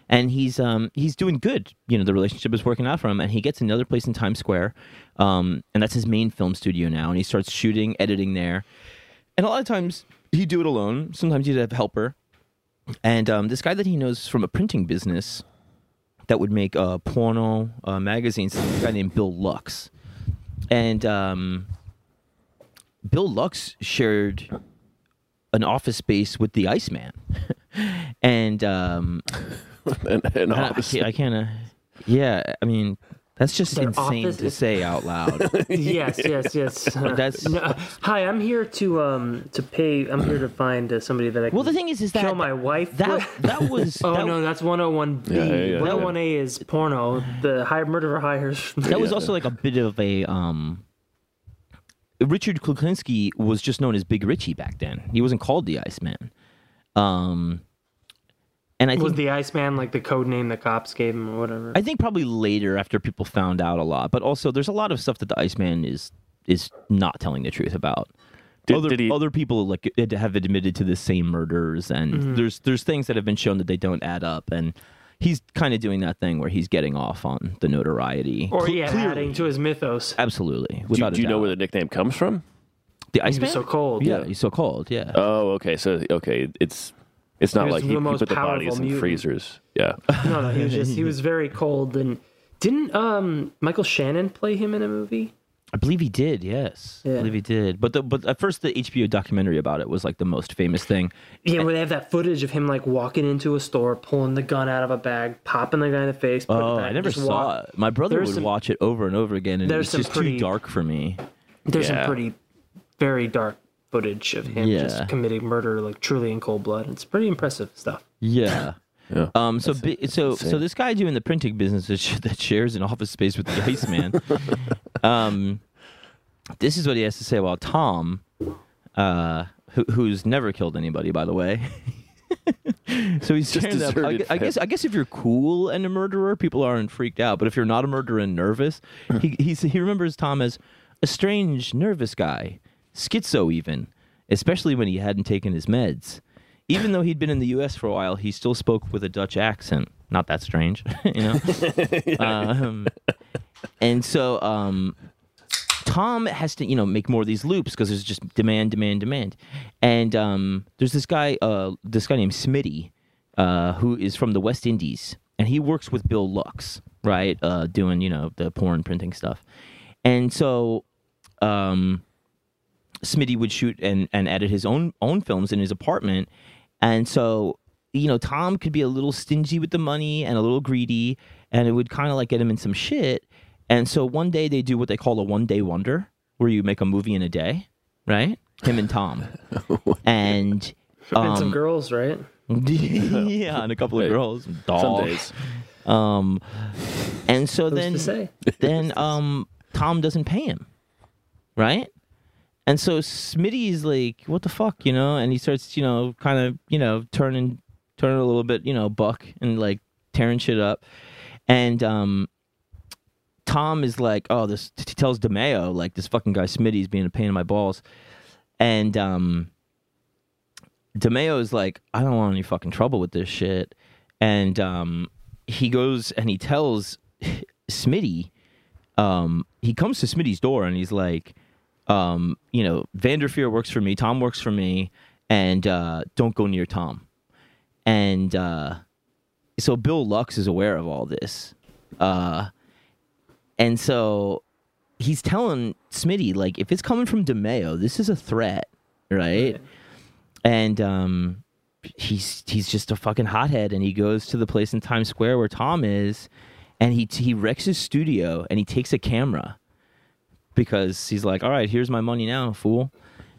and he's um he's doing good. You know, the relationship is working out for him, and he gets another place in Times Square, um, and that's his main film studio now, and he starts shooting, editing there, and a lot of times he'd do it alone. Sometimes he'd have a helper, and um, this guy that he knows from a printing business that would make uh, porno uh, magazines. A guy named Bill Lux, and um, Bill Lux shared an office space with the Iceman, and um,
and, and
I,
office.
I can't. Uh, yeah, I mean that's just
Their
insane
office
to
is-
say out loud.
yes, yes, yes.
That's-
No, hi, I'm here to um to pay. I'm here to find uh, somebody that I can
well, the thing is, is that
kill my wife.
that
with.
that was
Oh
that,
no, that's 101B.
Yeah, yeah, yeah.
101A is porno. The high murder hires.
that was
Yeah.
also like a bit of a um Richard Kuklinski was just known as Big Richie back then. He wasn't called the Iceman. Um and I
was
think
the Iceman like the code name the cops gave him or whatever?
I think probably later after people found out a lot, but also there's a lot of stuff that the Iceman is is not telling the truth about.
Did-
other
did he-
other people like had- have admitted to the same murders, and
Mm-hmm.
there's there's things that have been shown that they don't add up, and he's kind of doing that thing where he's getting off on the notoriety.
or
Cle-
yeah,
clearly.
adding to his mythos.
absolutely.
do,
Without
you- do
a
you
doubt.
know where the nickname comes from?
The
He
Iceman?
was so cold.
Yeah, he's so cold. Yeah.
Oh, okay. So okay, it's it's not
He was
like
the
you, you
most
put the bodies
powerful
in
mutant.
freezers. Yeah.
No, no, he was just he was very cold and didn't um Michael Shannon play him in a movie?
I believe he did. Yes, I
Yeah.
believe he did. But the, but at first the HBO documentary about it was like the most famous thing.
Yeah, where they have that footage of him like walking into a store, pulling the gun out of a bag, popping the guy in the face. putting
Oh,
it back,
I never
just
saw
walk.
it. My brother
There's
would
some-
watch it over and over again, and it
there's
was
some
just too
pretty-
dark for me.
There's
Yeah.
some pretty, very dark footage of him
Yeah.
just committing murder, like truly in cold blood. It's pretty impressive stuff.
Yeah.
Yeah.
Um. So, bi- so, so this guy doing the printing business that, sh- that shares an office space with the Iceman. um, this is what he has to say about Tom, uh, who, who's never killed anybody, by the way. so he's
Just
sharing that. I,
deserted
gu- I guess. I guess if you're cool and a murderer, people aren't freaked out. But if you're not a murderer and nervous,
Uh-huh.
he he's, he remembers Tom as a strange, nervous guy, schizo even, especially when he hadn't taken his meds. Even though he'd been in the U.S. for a while, he still spoke with a Dutch accent. Not that strange, you know. um, and so um, Tom has to, you know, make more of these loops because there's just demand, demand, demand. And um, there's this guy, uh, this guy named Smitty, uh, who is from the West Indies, and he works with Bill Lux, right, uh, doing you know the porn printing stuff. And so um, Smitty would shoot and, and edit his own own films in his apartment, and so you know Tom could be a little stingy with the money and a little greedy, and it would kind of like get him in some shit. And so one day they do what they call a one day wonder, where you make a movie in a day, right? Him and Tom, and
and some
um,
girls, right?
yeah, and a couple of
Hey,
girls,
Some
dogs.
days.
Um, and so
Who's to
then,
say?
then um, Tom doesn't pay him, right? And so Smitty's like, "What the fuck," you know? And he starts, you know, kind of, you know, turning, turning a little bit, you know, buck and like tearing shit up. And um, Tom is like, "Oh, this." He tells DeMeo, like, "This fucking guy Smitty's being a pain in my balls," and um. DeMeo is like, I don't want any fucking trouble with this shit. And um, he goes and he tells Smitty, um, he comes to Smitty's door and he's like, um, you know, Vanderfear works for me, Tom works for me, and uh, don't go near Tom. And uh, so Bill Lux is aware of all this. Uh, and so he's telling Smitty, like, if it's coming from DeMeo, this is a threat, right? and um he's he's just a fucking hothead and he goes to the place in Times Square where Tom is and he he wrecks his studio and he takes a camera because he's like, "All right, here's my money now, fool."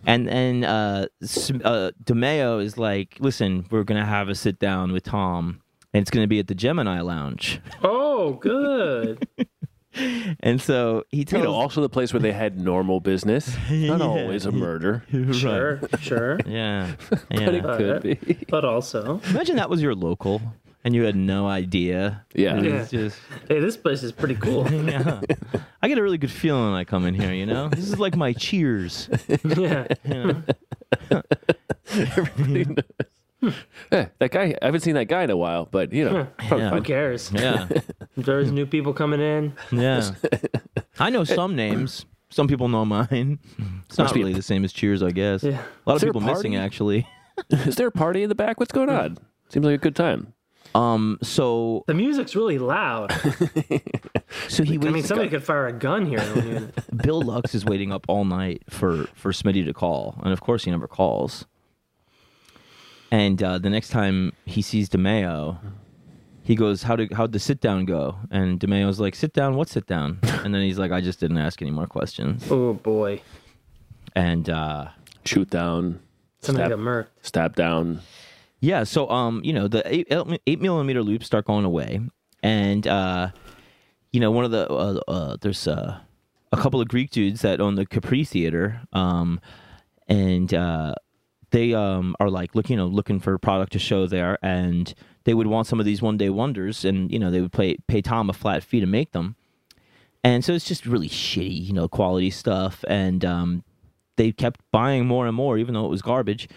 And and uh, S- uh, DeMeo is like, "Listen, we're gonna have a sit down with Tom, and it's gonna be at the Gemini Lounge."
Oh, good.
And so he
You
tells
know, also the place where they had normal business, not always a murder,
Sure, sure.
Yeah,
but uh, it
yeah.
could be.
But also,
Imagine that was your local, and you had no idea.
Yeah.
It was just-
hey, this place is pretty cool.
yeah. I get a really good feeling when I come in here. You know, this is like my Cheers.
yeah.
Eh, that guy, I haven't seen that guy in a while, but you know,
Who cares?
Yeah,
There's new people coming in.
yeah. I know some names. Some people know mine. It's not
be a-
really the same as Cheers, I guess.
Yeah.
A lot
Is
of
there a
people missing
party?
actually.
is there a party in the back? What's going on? Seems like a good time.
Um. So
The music's really loud.
so he
I
waits.
mean, somebody could fire a gun here. when you-
Bill Lux is waiting up all night for for Smitty to call, and of course he never calls. And uh, the next time he sees DeMeo, he goes, "How did how'd the sit down go?" And DeMeo's like, "Sit down? What sit down?" And then he's like, "I just didn't ask any more questions."
Oh boy,
And uh,
Shoot down,
somebody
Step.
got murked.
stab down.
Yeah, so um, you know, the eight, eight millimeter loops start going away, and uh, you know, one of the uh, uh, there's uh, a couple of Greek dudes that own the Capri Theater, um, and uh, they um are like look, you know, looking for product to show there, and they would want some of these one day wonders, and you know, they would play pay Tom a flat fee to make them, and so it's just really shitty, you know, quality stuff, and um, they kept buying more and more, even though it was garbage.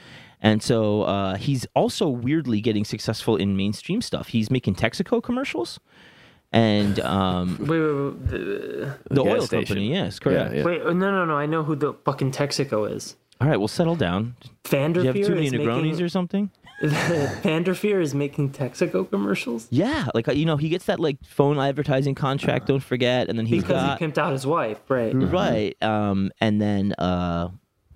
And so uh, he's also weirdly getting successful in mainstream stuff. He's making Texaco commercials and um,
Wait, wait, wait, uh,
the
gas
oil
station.
company. Yes, correct.
Yeah, yeah.
wait. oh, No, no, no. I know who the fucking Texaco is.
All right, well, settle down. Do you
Vanderfear
have too many
is
Negronis
making,
or something?
Vanderfear is making Texaco commercials
Yeah, like uh, you know, he gets that like phone advertising contract. Don't forget, and then he's
Uh-huh. because
got
he pimped out his wife, right?
right. Um, and then uh,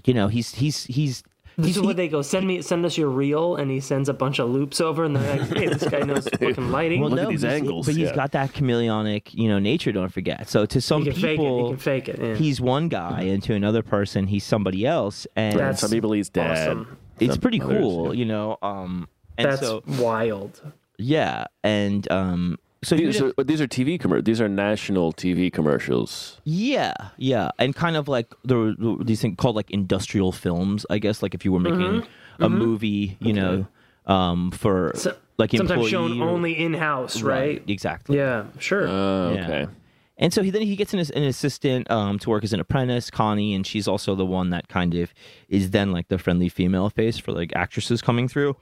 you know, he's he's he's.
This
he's
is
he,
where they go. Send me, send us your reel, and he sends a bunch of loops over, and they're like, "Hey, this guy knows fucking lighting.
well,
Look at
no,
these
he's-
angles,
but
yeah.
he's got that chameleonic, you know, nature. Don't forget. So to some
he can fake it. He
people,
can fake it." yeah.
he's one guy and to another person he's somebody else and
That's
Some people he's dad.
awesome.
it's
Some
pretty
others,
cool
yeah.
you know um and
That's
so
wild.
yeah and um so
These
even
are,
if-
these are TV commercials. These are national TV commercials.
yeah yeah and kind of like there were there were these things called like industrial films i guess like if you were making
Mm-hmm,
a movie you know um for
So-
like
Sometimes
employee
shown
or- Uh,
only in house, right?
exactly
Yeah, sure.
Oh,
Yeah.
okay.
And so he, then he gets an, an assistant um, to work as an apprentice, Connie, and she's also the one that kind of is then like the friendly female face for like actresses coming through.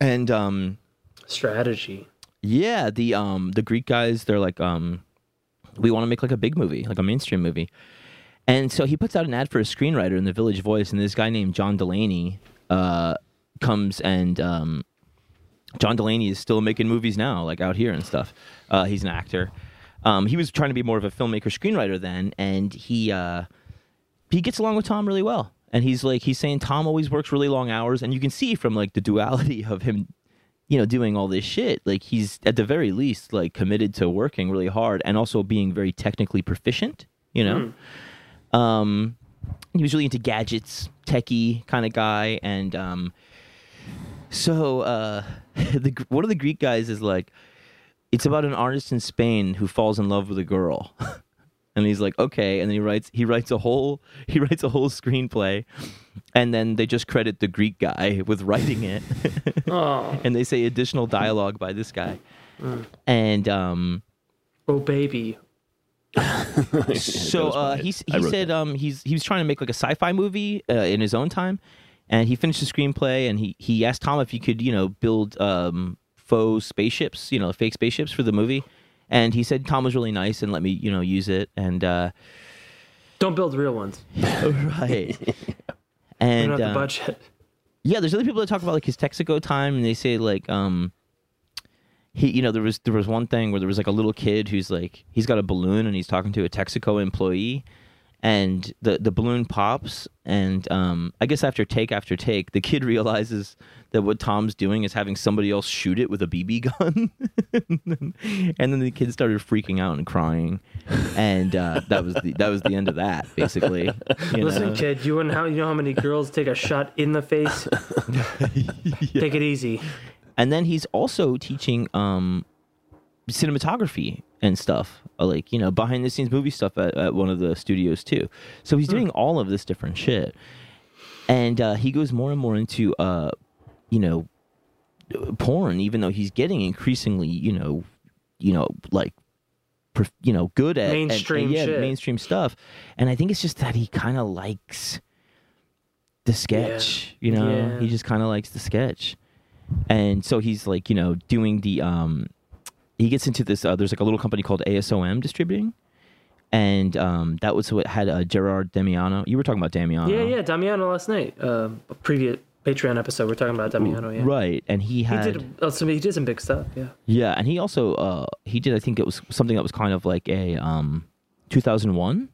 And um,
Strategy.
yeah, the um, the Greek guys, they're like, um, we want to make like a big movie, like a mainstream movie. And so he puts out an ad for a screenwriter in the Village Voice, and this guy named John Delaney uh, comes and um, John Delaney is still making movies now, like out here and stuff. Uh, he's an actor. Um, he was trying to be more of a filmmaker screenwriter then, and he uh, he gets along with Tom really well. And he's like he's saying Tom always works really long hours, and you can see from like the duality of him, you know, doing all this shit. Like he's at the very least like committed to working really hard and also being very technically proficient. You know. Um, he was really into gadgets, techie kind of guy, and um, so uh, the one of the Greek guys is like, it's about an artist in Spain who falls in love with a girl, and he's like, okay, and then he writes he writes a whole he writes a whole screenplay, and then they just credit the Greek guy with writing it,
Oh,
and they say additional dialogue by this guy, and um,
oh baby.
so
was my
uh,
hit.
he s-
I
he
wrote
said um he's he was trying to make like a sci-fi movie uh, in his own time, and he finished the screenplay and he he asked Tom if he could you know build um faux spaceships you know fake spaceships for the movie, and he said Tom was really nice and let me you know use it and uh,
Don't build real ones.
right.
You
And
don't have the
uh,
budget.
yeah, there's other people that talk about like his Texaco time, and they say like um, he you know there was there was one thing where there was like a little kid who's like he's got a balloon and he's talking to a Texaco employee, and the the balloon pops and um i guess after take after take the kid realizes that what tom's doing is having somebody else shoot it with a bb gun and, then, and then the kid started freaking out and crying and uh that was the that was the end of that basically you
Listen,
know?
kid, you wouldn't how you know how many girls take a shot in the face. Take it easy.
and then he's also teaching um cinematography and stuff uh, like you know behind the scenes movie stuff at, at one of the studios too so
Hmm.
he's doing all of this different shit and uh, he goes more and more into uh you know porn even though he's getting increasingly you know you know like prof- you know good at and-
Mainstream
and, yeah
shit.
mainstream stuff and i think it's just that he kind of likes the sketch you know
Yeah.
he just kind of likes the sketch and so he's like you know doing the um he gets into this uh, there's like a little company called asom distributing and um that was what had uh, gerard damiano you were talking about damiano
Yeah, yeah, Damiano last night. Uh, a previous Patreon episode, we're talking about Damiano. Yeah,
right and he
He
had
did. Uh, so he did some big stuff. Yeah.
Yeah, and he also uh he did I think it was something that was kind of like a um 2001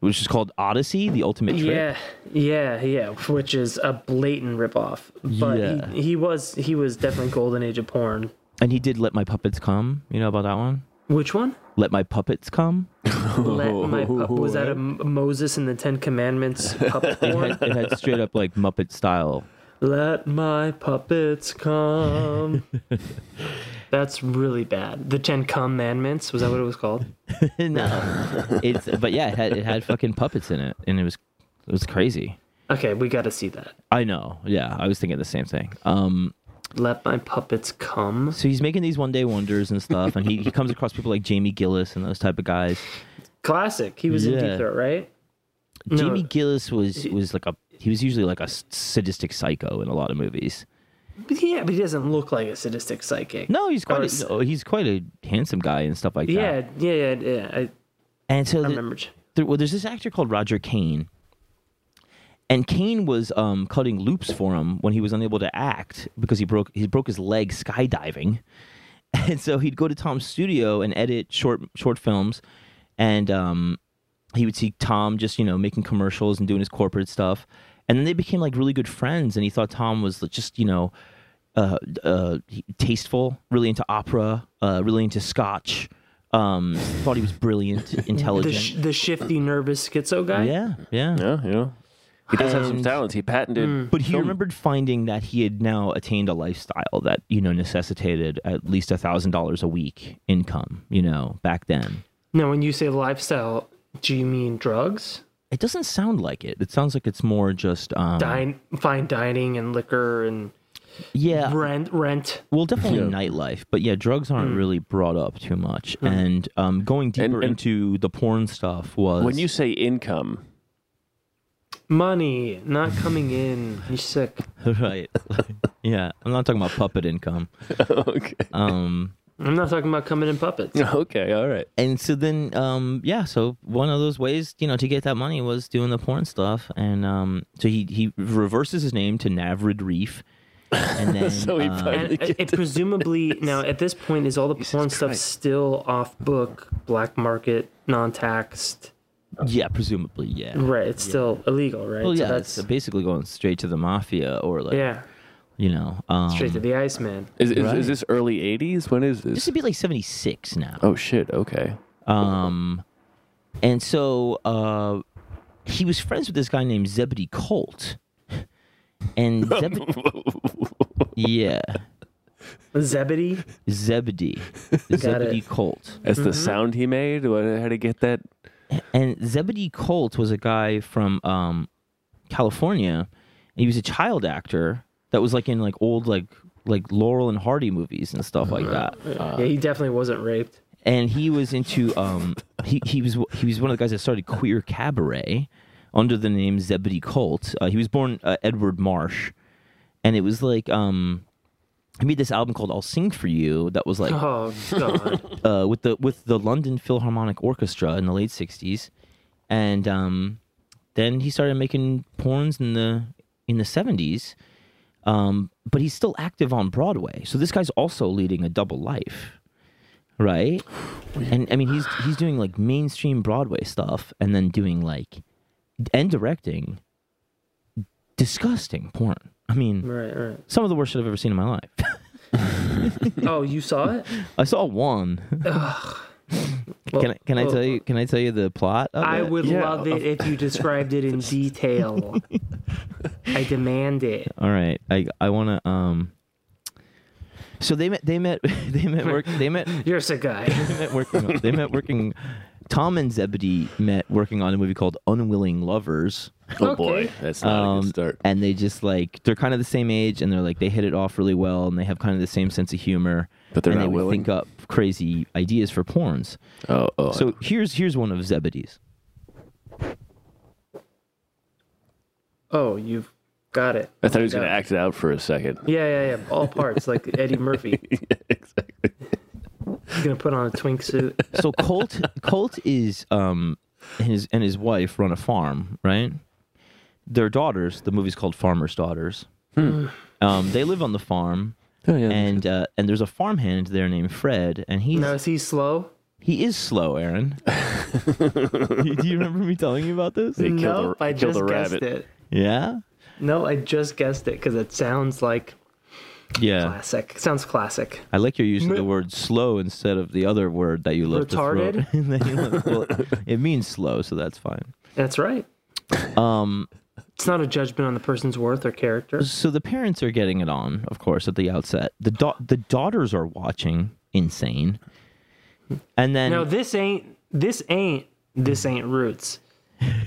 which is called Odyssey, the ultimate trick.
Yeah, yeah, yeah. Which is a blatant ripoff. But
Yeah.
he, he was he was definitely golden age of porn.
And he did Let My Puppets Come, you know about that one?
Which one?
Let My Puppets Come.
Let my pup was that a M- Moses and the Ten Commandments puppet
It
porn?
had, it had straight up like Muppet style.
Let my puppets come. That's really bad. The Ten Commandments was that what it was called?
no. It's but yeah, it had it had fucking puppets in it and it was it was crazy.
Okay, we got to see that.
I know. Yeah, I was thinking the same thing. Um
Let my puppets come.
so he's making these one day wonders and stuff and he, he comes across people like Jamie Gillis and those type of guys.
Classic. He was in
Yeah.
Deep Throat, right?
Jamie Gillis was was like a he was usually like a s- sadistic psycho in a lot of movies.
But yeah, but he doesn't look like a sadistic psychic.
No, he's
Or
quite
s-
a, no, he's quite a handsome guy and stuff like that.
Yeah, yeah, yeah, yeah. I,
And so
I
the-
remember.
there, well, there's this actor called Roger Kane, and Kane was um, cutting loops for him when he was unable to act because he broke he broke his leg skydiving, and so he'd go to Tom's studio and edit short short films, and um, he would see Tom just you know making commercials and doing his corporate stuff, and then they became like really good friends, and he thought Tom was just you know. Uh, uh, he- tasteful, really into opera, uh, really into scotch. Um, thought he was brilliant,
The,
intelligent. Oh,
sh- the shifty, nervous schizo guy.
Yeah, yeah.
Yeah, you know. He does have some
And-
talents. He patented.
But he remembered finding that he had now attained a lifestyle that you know necessitated at least a thousand dollars a week income. You know, back then
Now, when you say lifestyle, do you mean drugs,
it doesn't sound like it. It sounds like it's more just um,
dine, fine dining, and liquor, and
yeah,
rent, rent?
well, definitely nightlife. But yeah, drugs aren't really brought up too much. And um, going deeper
Hmm. and-
into the porn stuff was
When you say income,
Money not coming in. You're sick.
right, yeah. I'm not talking about puppet income.
okay,
Um,
I'm not talking about coming in puppets.
okay, all right.
and so then um yeah so one of those ways you know to get that money was doing the porn stuff and um so he he reverses his name to navrid reef and then
So he
uh,
finally
And
gets
it, it presumably now at this point is all the porn stuff still off book, black market, non-taxed?
yeah presumably yeah
Right, it's still illegal, right?
well yeah
so
that's
that's
basically going straight to the mafia or like
yeah,
you know um
straight to the Iceman.
Is, is, is this early 80s? When is
this
this?
would be like 76 now
Oh, shit. Okay.
Oh.
Um, and so uh, he was friends with this guy named Zebedee Colt. And Zebedee, yeah,
Zebedee.
Zebedee, Zebedee Colt,
That's the sound he made? What, how to get that?
and Zebedee Colt was a guy from um, California. He was a child actor that was like in like old like like Laurel and Hardy movies and stuff like that.
yeah, he definitely wasn't raped.
and he was into um he, he was he was one of the guys that started queer cabaret under the name Zebedee Colt. Uh, he was born uh, Edward Marsh, and it was like um he made this album called "I'll Sing for You" that was like
Oh God.
uh, with the with the London Philharmonic Orchestra in the late '60s, and um, then he started making porns in the in the '70s. Um, but he's still active on Broadway, so this guy's also leading a double life, right? And I mean, he's he's doing like mainstream Broadway stuff, and then doing like and directing disgusting porn. I mean,
Right, right.
some of the worst shit I've ever seen in my life.
Oh, you saw it?
I saw one. can I, can
Oh.
I tell you? Can I tell you the plot? Of
I
it?
would
Yeah,
love it if you described it in detail. I demand it.
All right. I I want to um. So they met. They met. They met. Work. They met.
You're a sick guy.
They met working. They met working. Tom and Zebedee met working on a movie called Unwilling Lovers.
Oh
Okay.
boy, that's not a
Um,
good start.
and they just like they're kind of the same age, and they're like they hit it off really well, and they have kind of the same sense of humor.
But they're
and
not
they would
willing?
Think up crazy ideas for porns.
Oh, oh.
So here's here's one of Zebedee's.
Oh, you've got it.
I thought he was
Yeah.
going to act it out for a second.
Yeah, yeah, yeah. All parts, like Eddie Murphy. He's gonna put on a twink suit.
so Colt Colt is um his and his wife run a farm, right? Their daughters, the movie's called Farmer's Daughters. Um, they live on the farm,
Oh, yeah.
and uh, and there's a farmhand there named Fred, and he's
Now is he slow?
he is slow. Aaron, do you remember me telling you about this?
They killed a-
Nope, I
killed
just
a
guessed
rabbit.
it.
Yeah,
No, I just guessed it because it sounds like
yeah.
classic. Sounds classic.
I like your use of the word slow instead of the other word that you love to
Retarded?
throw. that you love- well, it means slow, so that's fine.
That's right.
Um,
It's not a judgment on the person's worth or character.
so the parents are getting it on, of course, at the outset. The da- the daughters are watching, insane, and then
No, this ain't. This ain't. This ain't roots.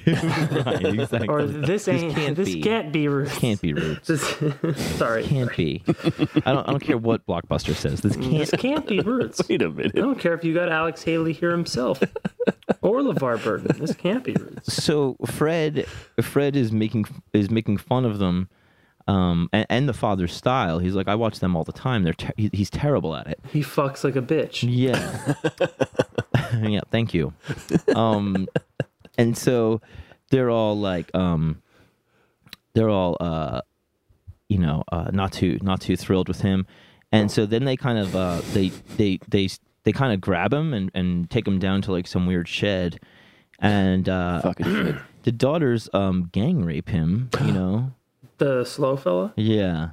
Right, exactly.
Or this ain't. This
can't
can't,
be.
be. roots.
can't be roots.
This, sorry.
Can't be. I don't. I don't care what Blockbuster says. This can't.
This can't be roots. I
Wait a minute.
don't care if you got Alex Haley here himself or LeVar Burton. This can't be roots.
So Fred, Fred is making is making fun of them, um, and, and the father's style. He's like, I watch them all the time. They're ter- he- he's terrible at it.
He fucks like a bitch.
Yeah. yeah, thank you. Um and so they're all like um they're all uh you know, uh not too not too thrilled with him. And so then they kind of uh they they they they kind of grab him and and take him down to like some weird shed and uh
Fucking shit.
the daughters um gang rape him, you know.
The slow fella.
Yeah,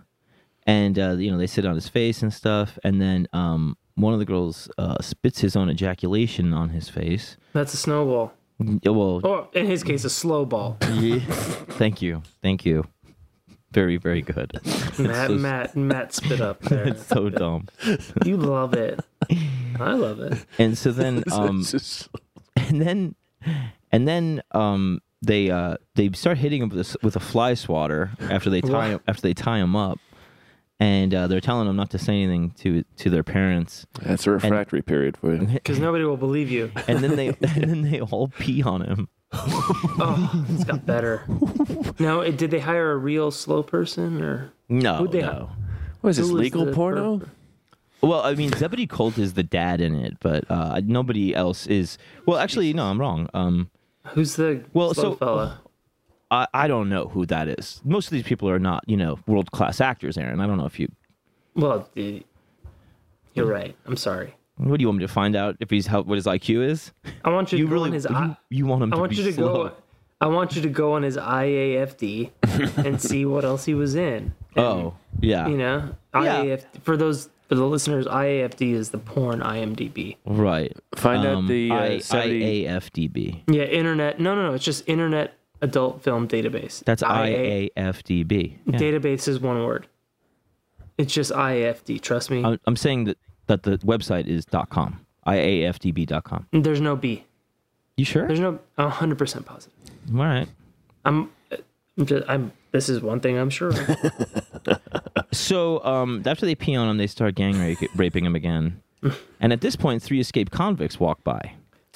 and uh, you know they sit on his face and stuff, and then um, one of the girls uh, spits his own ejaculation on his face.
That's a snowball.
Mm, Well,
Or in his case, a slow ball.
yeah. thank you, thank you, very very good.
Matt, Matt, Matt spit up there.
So dumb.
You love it. I love it.
And so then, um,
It's just-
and then, and then um, they uh, they start hitting him with a, s- with a fly swatter after they tie him, after they tie him up. And uh, they're telling him not to say anything to to their parents,
that's a refractory period for you.
Because nobody will believe you.
and then they and then they all pee on him.
Oh, it's got better. No, it, did they hire a real slow person or?
No,
Who'd they
no.
What is
Who
this,
was
legal
the
porno?
Well, I mean, Zebedee Colt is the dad in it, but uh, nobody else is. Well, actually, no, I'm wrong. Um,
Who's the
Well,
slow
so- uh,
fella?
I, I don't know who that is. Most of these people are not, you know, world class actors. Aaron, I don't know if you.
Well, it- you're right. I'm sorry.
What do you want me to find out if he's how what his IQ is?
I want you to
You
go
really
on his.
you,
I,
you want him
I
to
want
be
you to
slow.
go. I want you to go on his IAFD and see what else he was in.
Oh, yeah,
You know,
Yeah.
IAFD for those for the listeners. IAFD is the porn IMDb.
right.
Find out
Um,
the uh,
I,
70
IAFDB.
Yeah, internet. No, no, no. It's just internet adult film database.
That's
IA
IAFDB. Yeah.
Database is one word. It's just IAFD. Trust me.
I'm, I'm saying that that the website is .com. IAFDB.com.
There's no B.
You sure?
There's no. I'm 100 percent positive.
All right.
I'm. I'm just. I'm. This is one thing I'm sure. of.
So um, after they pee on him, they start gang ra- raping him again. And at this point, three escaped convicts walk by.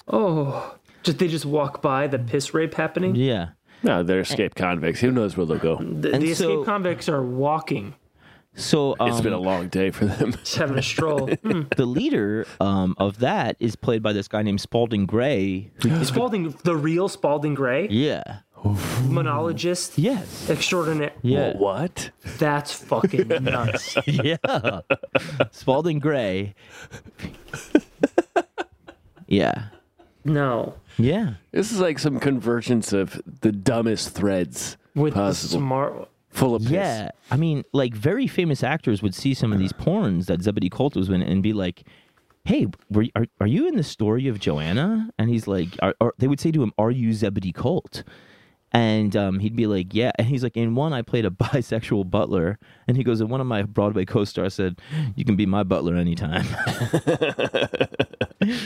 oh. Just they just walk by the piss rape happening.
Yeah.
No, they're escaped convicts. Who knows where they'll go?
The,
And
the escape
so-
convicts are walking,
So um,
It's been a long day for them.
just having a stroll. Hmm.
the leader um, of that is played by this guy named Spalding Gray. who-
Spalding, the real Spalding Gray,
yeah.
monologist
Yes.
extraordinaire.
Yeah.
What?
That's fucking nuts.
Yeah. Spalding Gray Yeah.
No.
Yeah.
This is like some convergence of the dumbest threads
With
possible,
smart.
full of piss.
Yeah. I mean, like very famous actors would see some of these porns that Zebedee Colt was in and be like, "Hey, were, are are you in the story of Joanna?" And he's like, are, are, "They would say to him, are you Zebedee Colt?" And um, he'd be like, "Yeah." And he's like, "In one, I played a bisexual butler." And he goes, "And one of my Broadway co-stars said, you can be my butler anytime.'"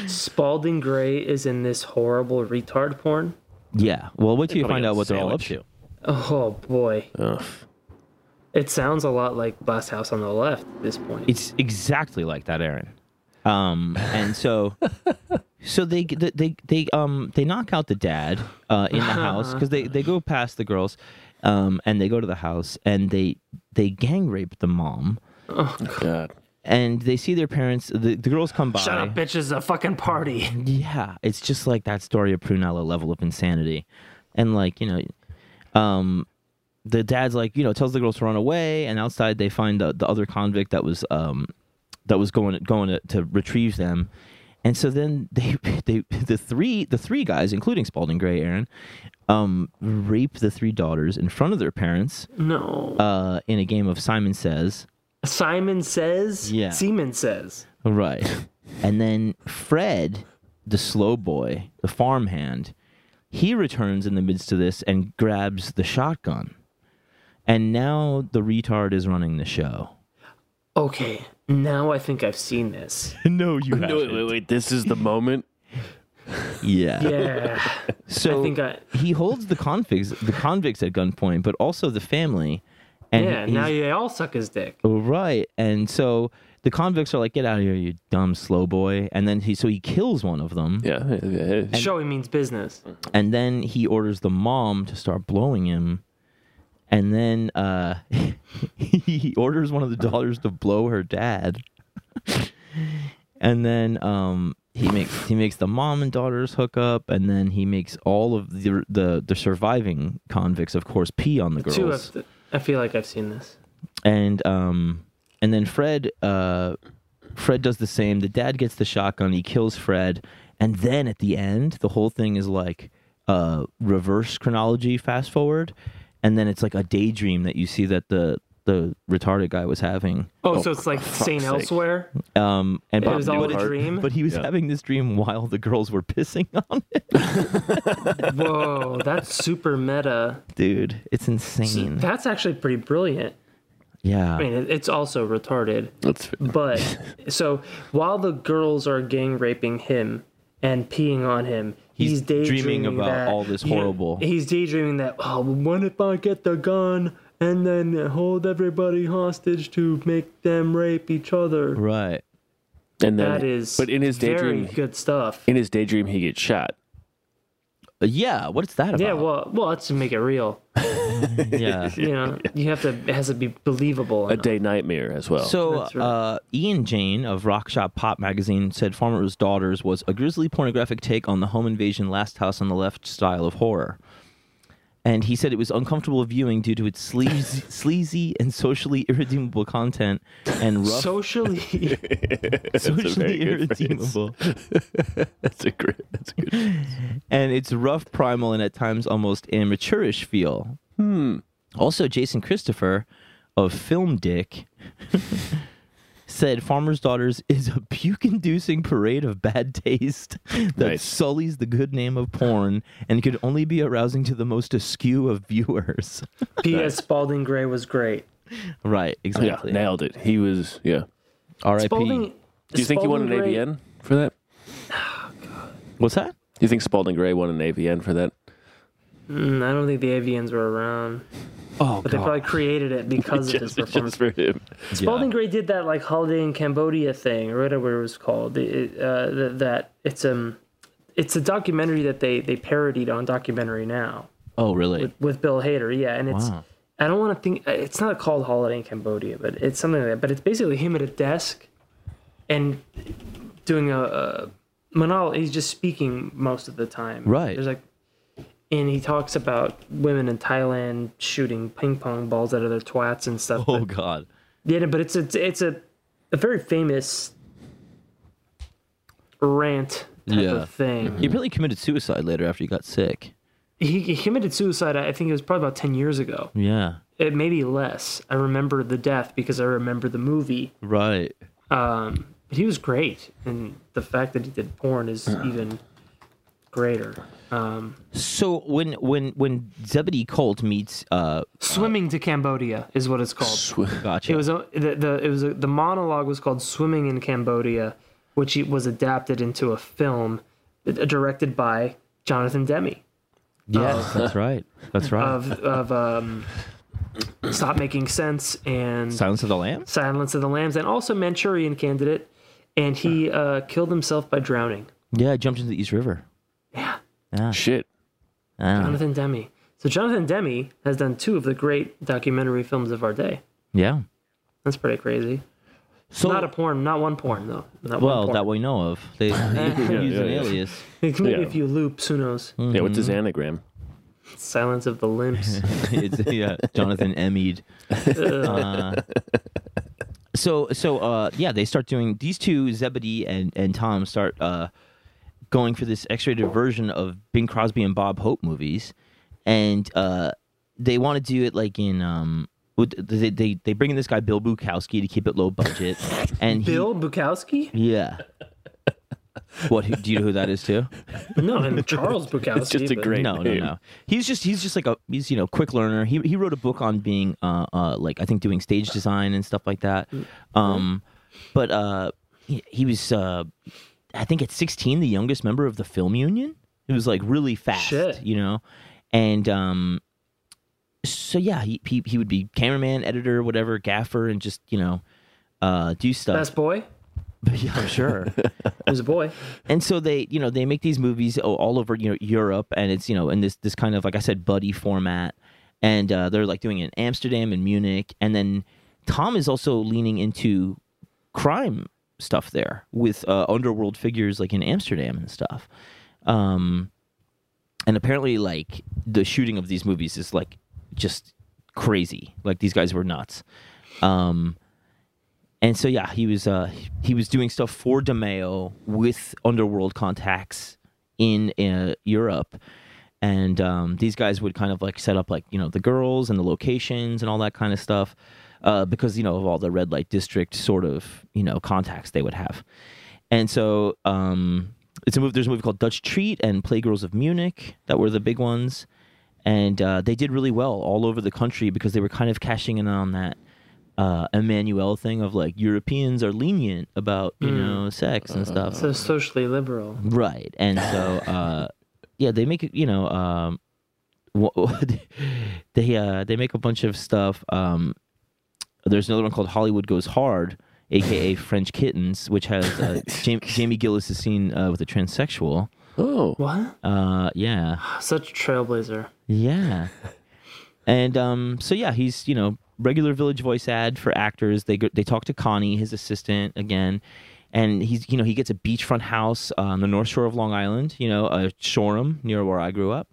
Spalding Gray is in this horrible retard porn.
yeah. Well, wait till you find
got
out what they're all up
sandwich.
to.
Oh boy.
Ugh.
It sounds a lot like Bus House on the Left at this point.
It's exactly like that, Aaron. Um, and so, so they they they, they um they knock out the dad uh, in the house because they they go past the girls, um, and they go to the house and they they gang rape the mom
God.
and they see their parents. The, the girls come by.
Shut up, bitch! This is a fucking party.
Yeah, it's just like that story of Prunella level of insanity, and like you know, um, the dad's like you know tells the girls to run away, and outside they find the, the other convict that was um that was going going to, to retrieve them, and so then they they the three the three guys including Spalding Gray Aaron, um rape the three daughters in front of their parents
Mm. No.
uh in a game of Simon Says.
Simon says.
Yeah.
Seaman says.
Right. and then Fred, the slow boy, the farmhand, he returns in the midst of this and grabs the shotgun. And now the retard is running the show.
Okay. Now I think I've seen this.
no, you
No, wait, wait, wait. This is the moment.
Yeah.
Yeah.
So
I think I-
he holds the convicts, the convicts at gunpoint, but also the family. And
yeah.
he-
Now
he's-
they all suck his dick.
Right. And so the convicts are like, "Get out of here, you dumb slow boy!" And then he, so he kills one of them.
Yeah. yeah, yeah.
Show he means business.
and then he orders the mom to start blowing him and then uh he orders one of the daughters to blow her dad and then um he makes he makes the mom and daughters hook up and then he makes all of the the, the surviving convicts of course pee on the girls
Two of. The, I feel like I've seen this.
and um and then Fred uh Fred does the same. The dad gets the shotgun, he kills Fred, and then at the end, the whole thing is like uh reverse chronology fast forward, and then it's like a daydream that you see that the the retarded guy was having.
Oh, so it's like St.
sake.
Elsewhere.
Um and
It was all a
Newhart.
dream.
but he was having this dream while the girls were pissing on it.
Whoa, that's super meta.
Dude, it's insane.
That's actually pretty brilliant. I
Yeah.
mean, it- it's also retarded.
That's
But so while the girls are gang raping him and peeing on him, he's,
He's dreaming
daydreaming
about
that-
all this
you know,
horrible-
he's daydreaming that oh, what if I get the gun and then hold everybody hostage to make them rape each other?
Right.
and then,
That is
But in his
very
daydream,
good stuff.
in his daydream, he gets shot.
Yeah, what's that about?
Yeah, well, well, that's to make it real.
yeah.
You know, you have to it has to be believable.
A
enough.
day nightmare as well.
So,
That's right.
uh, Ian Jane of Rock Shop Pop magazine said Farmer's Daughters was a grisly pornographic take on the home invasion Last House on the Left style of horror. And he said it was uncomfortable viewing due to its sleazy, sleazy and socially irredeemable content and rough,
Socially,
socially
very good phrase.
irredeemable,
that's a great. That's a good.
and its rough, primal, and at times almost amateurish feel.
Hmm.
Also, Jason Christopher of Film Dick said Farmer's Daughters is a puke inducing parade of bad taste that
Nice.
sullies the good name of porn and could only be arousing to the most askew of viewers.
P.S. Spalding Gray was great.
right,
Yeah,
exactly.
nailed it. He was. Yeah.
R.I.P.
Spalding.
Do you think he won an
Gray,
AVN for that?
What's that?
Do you think Spalding Gray won an AVN for that?
Mm, I don't think the AVNs were around,
Oh,
but they probably created it because of his
Just,
performance.
just for him.
Spalding Gray did that like holiday in Cambodia thing or whatever it was called. It- it, uh, th- that it's um, it's a documentary that they they parodied on documentary now
Oh, really?
with Bill Hader. Yeah, and it's
Wow.
I don't want to think it's not called Holiday in Cambodia, but it's something like that. But it's basically him at a desk and doing a, a monologue. He's just speaking most of the time.
Right.
There's like, and he talks about women in Thailand shooting ping pong balls out of their twats and stuff.
Oh,
but-
God.
yeah, but it's a, it's a a very famous rant type
Yeah. Mm-hmm.
of thing.
He really committed suicide later after he got sick.
He, he committed suicide. I think it was probably about ten years ago.
Yeah.
It maybe less. I remember the death because I remember the movie.
Right.
Um, but he was great, and the fact that he did porn is even greater.
So when when when Zebedee Colt meets uh
Swimming to Cambodia is what it's called.
gotcha.
It was a, the, the it was a, the monologue was called "Swimming in Cambodia," which it was adapted into a film uh, directed by Jonathan Demme uh,
yes, that's right. That's right.
of of um, "Stop Making Sense" and
Silence of the Lambs.
"Silence of the Lambs," and also Manchurian Candidate, and he uh, killed himself by drowning.
Yeah, I jumped into the East River.
Shit.
Ah,
Jonathan Demme. So Jonathan Demme has done two of the great documentary films of our day.
yeah.
That's pretty crazy.
So
not a porn, not one porn though. Not
well, that
one porn.
we know of. They, they use an
yeah.
alias.
maybe
yeah.
if you loop, who knows?
Yeah, what's
Mm-hmm.
his anagram?
Silence of the Limps.
it's yeah, Jonathan Emmied. Uh, so so uh, yeah, they start doing these two Zebedee and and Tom start uh, going for this X-rated version of Bing Crosby and Bob Hope movies, and uh, they want to do it like in um. with- They, they they bring in this guy Bill Bukowski to keep it low budget, and he-
Bill Bukowski?
yeah. What who- do you know who that is too?
No, and Charles Bukowski.
It's just a
but-
great
No, no,
name.
no. He's just he's just like a he's you know quick learner. He he wrote a book on being uh, uh like I think doing stage design and stuff like that. Um, but uh he, he was uh I think at 16 the youngest member of the film union. It was like really fast,
Shit.
you know, and um. So yeah, he, he he would be cameraman, editor, whatever, gaffer, and just you know, uh, do stuff.
Best boy.
yeah, I'm sure.
He was a boy.
And so they, you know, they make these movies o- all over you know, Europe, and it's you know in this this kind of like I said buddy format, and uh, they're like doing it in Amsterdam and Munich, and then Tom is also leaning into crime stuff there with uh, underworld figures like in Amsterdam and stuff. Um, and apparently, like the shooting of these movies is like just crazy. Like these guys were nuts. Um, and so yeah, he was uh he was doing stuff for DeMeo with underworld contacts in uh, Europe. And um, these guys would kind of like set up like you know the girls and the locations and all that kind of stuff, uh, because you know of all the red light district sort of you know contacts they would have, and so um, it's a movie. There's a movie called Dutch Treat and Playgirls of Munich that were the big ones, and uh, they did really well all over the country because they were kind of cashing in on that uh, Emmanuel thing of like Europeans are lenient about you know sex and stuff,
So socially liberal.
right? And so uh, yeah, they make it you know um, wha- they uh, they make a bunch of stuff. Um, there's another one called Hollywood Goes Hard, aka French Kittens, which has uh, Jamie, Jamie Gillis is seen uh, with a transsexual.
Oh,
What?
Uh, yeah.
Such a trailblazer.
Yeah. and um, so yeah, he's you know regular Village Voice ad for actors. They go, they talk to Connie, his assistant, again, and he's you know he gets a beachfront house uh, on the North Shore of Long Island. You know, uh, Shoreham, near where I grew up,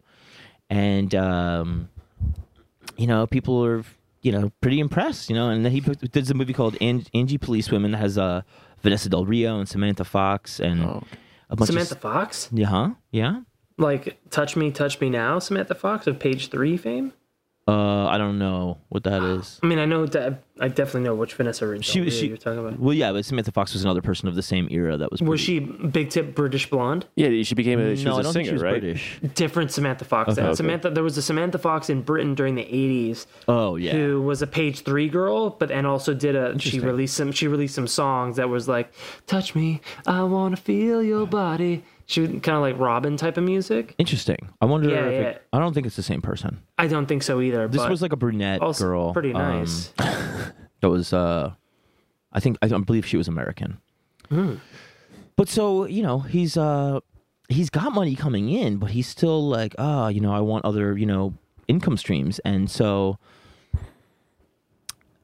and um, you know people are you know pretty impressed. You know, and then he put- did a movie called Ang- Angie Police Women that has uh, Vanessa Del Rio and Samantha Fox and a bunch
Samantha
of
Fox?
yeah, huh? yeah.
Like Touch Me, Touch Me Now, Samantha Fox of page three fame?
Uh, I don't know what that is.
I mean, I know, de- I definitely know which Vanessa Ridge
She was- she-
you're talking about.
Well, yeah, but Samantha Fox was another person of the same era that was. pretty-
Was she big tip British blonde?
yeah. She became a. She
no,
was
I
a
don't
singer,
think she was
right?
British.
Different Samantha Fox. then.
okay.
Samantha, there was a Samantha Fox in Britain during the 80s
Oh yeah,
who was a page three girl, but and also did a she released some she released some songs that was like "Touch Me, I wanna feel your body." She was kind of like Robin type of music.
interesting. I wonder.
Yeah,
if
yeah.
It, I don't think it's the same person.
I don't think so either.
This
but
was like a brunette
also
girl.
pretty
um,
nice.
that was. Uh, I think I, I believe she was American. But so you know, he's uh, he's got money coming in, but he's still like, ah, you know, I want other you know income streams, and so.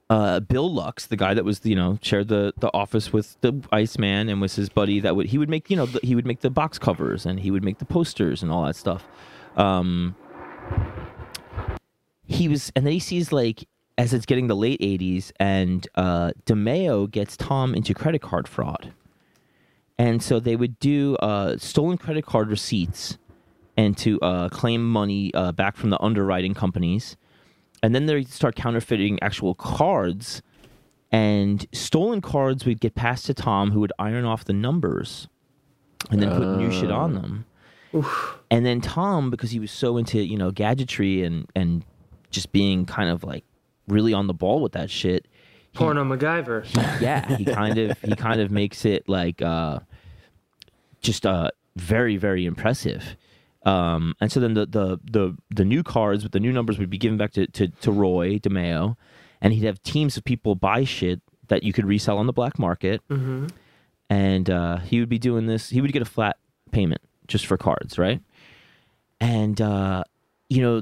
uh, Bill Lux, the guy that was you know shared the the office with the Iceman and was his buddy, that would he would make you know the, he would make the box covers and he would make the posters and all that stuff. Um, he was, and then he sees like as it's getting the late '80s, and uh, DeMeo gets Tom into credit card fraud, and so they would do uh, stolen credit card receipts and to uh, claim money uh, back from the underwriting companies and then they start counterfeiting actual cards and stolen cards would get passed to tom who would iron off the numbers and then put new shit on them and then tom because he was so into you know gadgetry and and just being kind of like really on the ball with that shit
Porno MacGyver.
yeah he kind of he kind of makes it like uh just uh very very impressive um and so then the the the, the new cards with the new numbers would be given back to, to to roy demeo and he'd have teams of people buy shit that you could resell on the black market and uh he would be doing this he would get a flat payment just for cards right and uh you know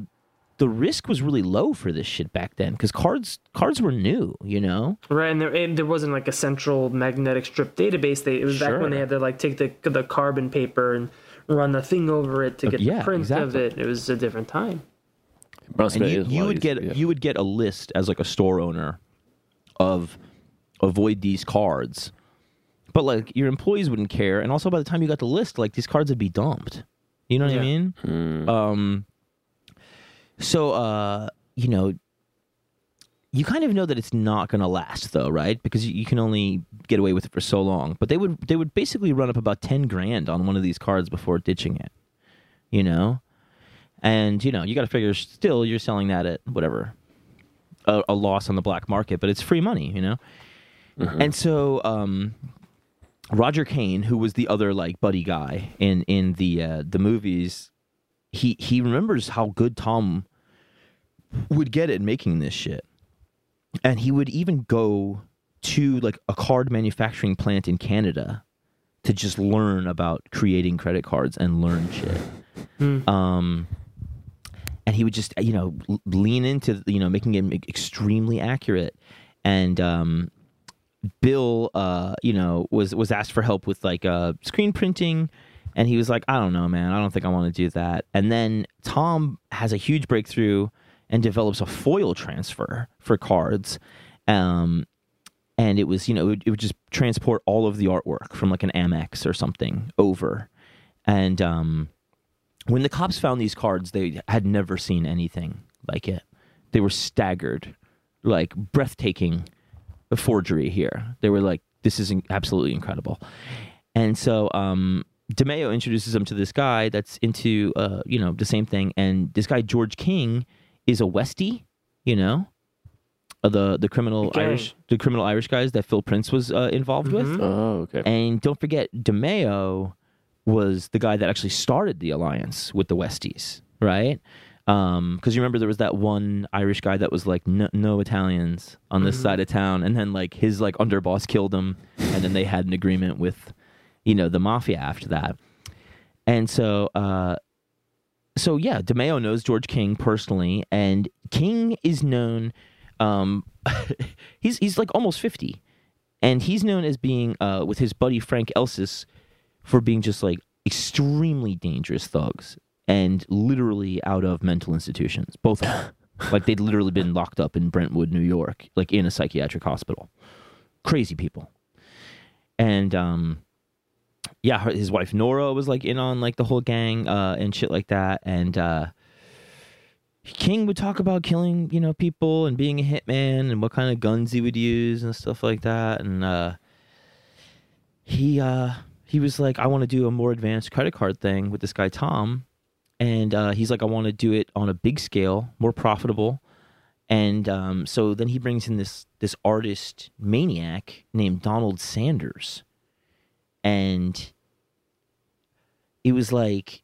the risk was really low for this shit back then because cards cards were new you know
Right, and there and there wasn't like a central magnetic strip database. They it was back
Sure.
when they had to like take the the carbon paper and run the thing over it to get
Uh, yeah,
the print of
exactly.
it. It was a different time.
Must
and
be-
you,
it's a
you
lot
would
easier,
get
yeah.
you would get a list as like a store owner of avoid these cards but like your employees wouldn't care and also by the time you got the list like these cards would be dumped you know what i
Yeah.
mean um so uh you know you kind of know that it's not going to last though right because you, you can only get away with it for so long but they would they would basically run up about 10 grand on one of these cards before ditching it you know and you know you got to figure still you're selling that at whatever a, a loss on the black market but it's free money you know and so um roger kane who was the other like buddy guy in in the uh the movies he he remembers how good tom would get at making this shit and he would even go to like a card manufacturing plant in canada to just learn about creating credit cards and learn shit Um, and he would just you know l- lean into you know making him extremely accurate and um bill uh you know was was asked for help with like uh screen printing and he was like i don't know man i don't think i want to do that and then tom has a huge breakthrough and develops a foil transfer for cards um and it was you know it would, it would just transport all of the artwork from like an amex or something over and um when the cops found these cards, they had never seen anything like it. They were staggered, like breathtaking forgery here. They were like, this is in- absolutely incredible. And so, um, DeMeo introduces him to this guy that's into, uh, you know, the same thing. And this guy, George King, is a Westie, you know, uh, the, the criminal
The gang.
Irish, the criminal Irish guys that Phil Prince was uh, involved with.
Oh, okay.
And don't forget, DeMeo was the guy that actually started the alliance with the Westies, right? Because you remember there was that one Irish guy that was like, no, no Italians on this side of town, and then like his like underboss killed him, and then they had an agreement with, you know, the mafia after that. And so, uh, so yeah, DeMeo knows George King personally, and King is known. Um, he's he's like almost fifty, and he's known as being uh, with his buddy Frank Elsis for being just like extremely dangerous thugs and literally out of mental institutions, both of them. like they'd literally been locked up in Brentwood, New York, like in a psychiatric hospital. Crazy people, and um yeah, her, his wife Nora was like in on like the whole gang uh, and shit like that. And uh, King would talk about killing, you know, people and being a hitman and what kind of guns he would use and stuff like that. And uh, he uh, he was like, I want to do a more advanced credit card thing with this guy Tom, and uh, he's like, I want to do it on a big scale, more profitable. And um, so then he brings in this this artist maniac named Donald Sanders and it was like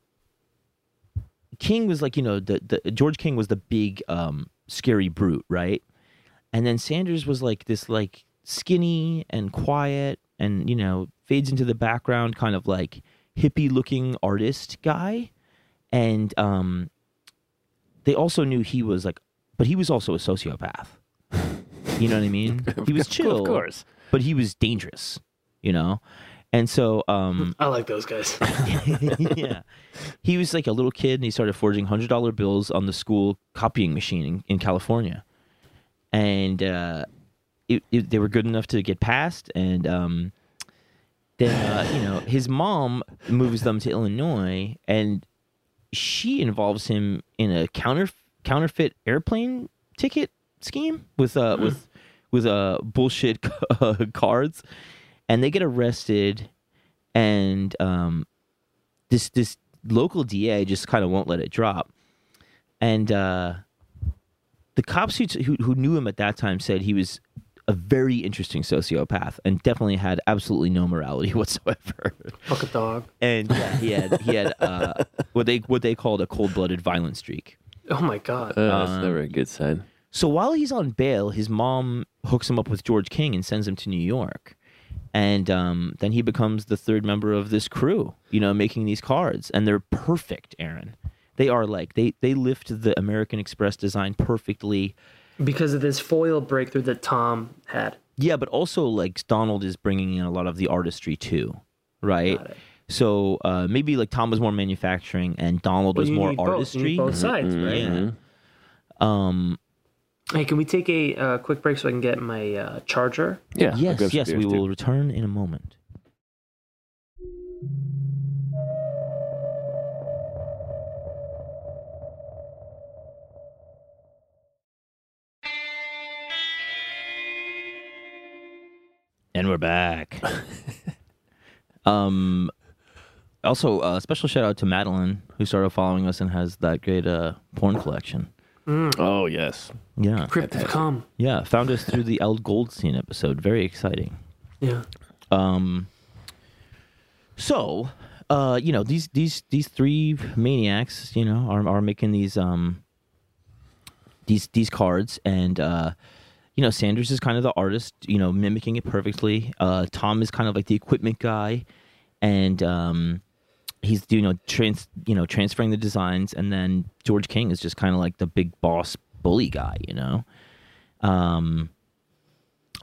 King was like you know the, the George King was the big um scary brute right and then Sanders was like this like skinny and quiet and you know fades into the background kind of like hippie looking artist guy and um they also knew he was like but he was also a sociopath you know what I mean he was chill
Of course.
but he was dangerous, you know? And so, um,
I like those guys.
yeah, he was like a little kid and he started forging $100 bills on the school copying machine in, in California. And, uh, it, it, they were good enough to get passed. And, um, then uh, you know his mom moves them to Illinois, and she involves him in a counter counterfeit airplane ticket scheme with uh with with uh bullshit uh, cards, and they get arrested, and um this this local DA just kind of won't let it drop, and uh the cops who, who who knew him at that time said he was a very interesting sociopath and definitely had absolutely no morality whatsoever.
Fuck a dog.
And yeah, he had he had uh, what they what they called a cold blooded violent streak.
Oh my god.
Oh, that's never
um,
a good sign.
So while he's on bail, his mom hooks him up with George King and sends him to New York. And um, then he becomes the third member of this crew, you know, making these cards. And they're perfect, Aaron. They are like they they lift the American Express design perfectly.
Because of this foil breakthrough that Tom had.
Yeah, but also like Donald is bringing in a lot of the artistry too, right? So uh, maybe like Tom was more manufacturing and Donald was
you
more
need both. You
artistry. Mm-hmm.
need Both, sides, right?
Yeah.
Hey, can we take a uh, quick break so I can get my uh, charger?
Yeah. I'll grab
Yes,
some
yes,
beers,
we
too.
will return in a moment. And we're back. um, also, uh, special shout out to Madeline who started following us and has that great uh, porn collection.
Oh yes.
Yeah,
Crypt of Cum.
yeah. Found us through the El Goldstein episode. Very exciting.
Yeah.
Um, so, uh, you know these these these three maniacs, you know, are are making these um these these cards, and uh, you know Sanders is kind of the artist, you know, mimicking it perfectly. Uh, Tom is kind of like the equipment guy, and um, he's you know trans you know transferring the designs, and then George King is just kind of like the big boss bully guy, you know. Um,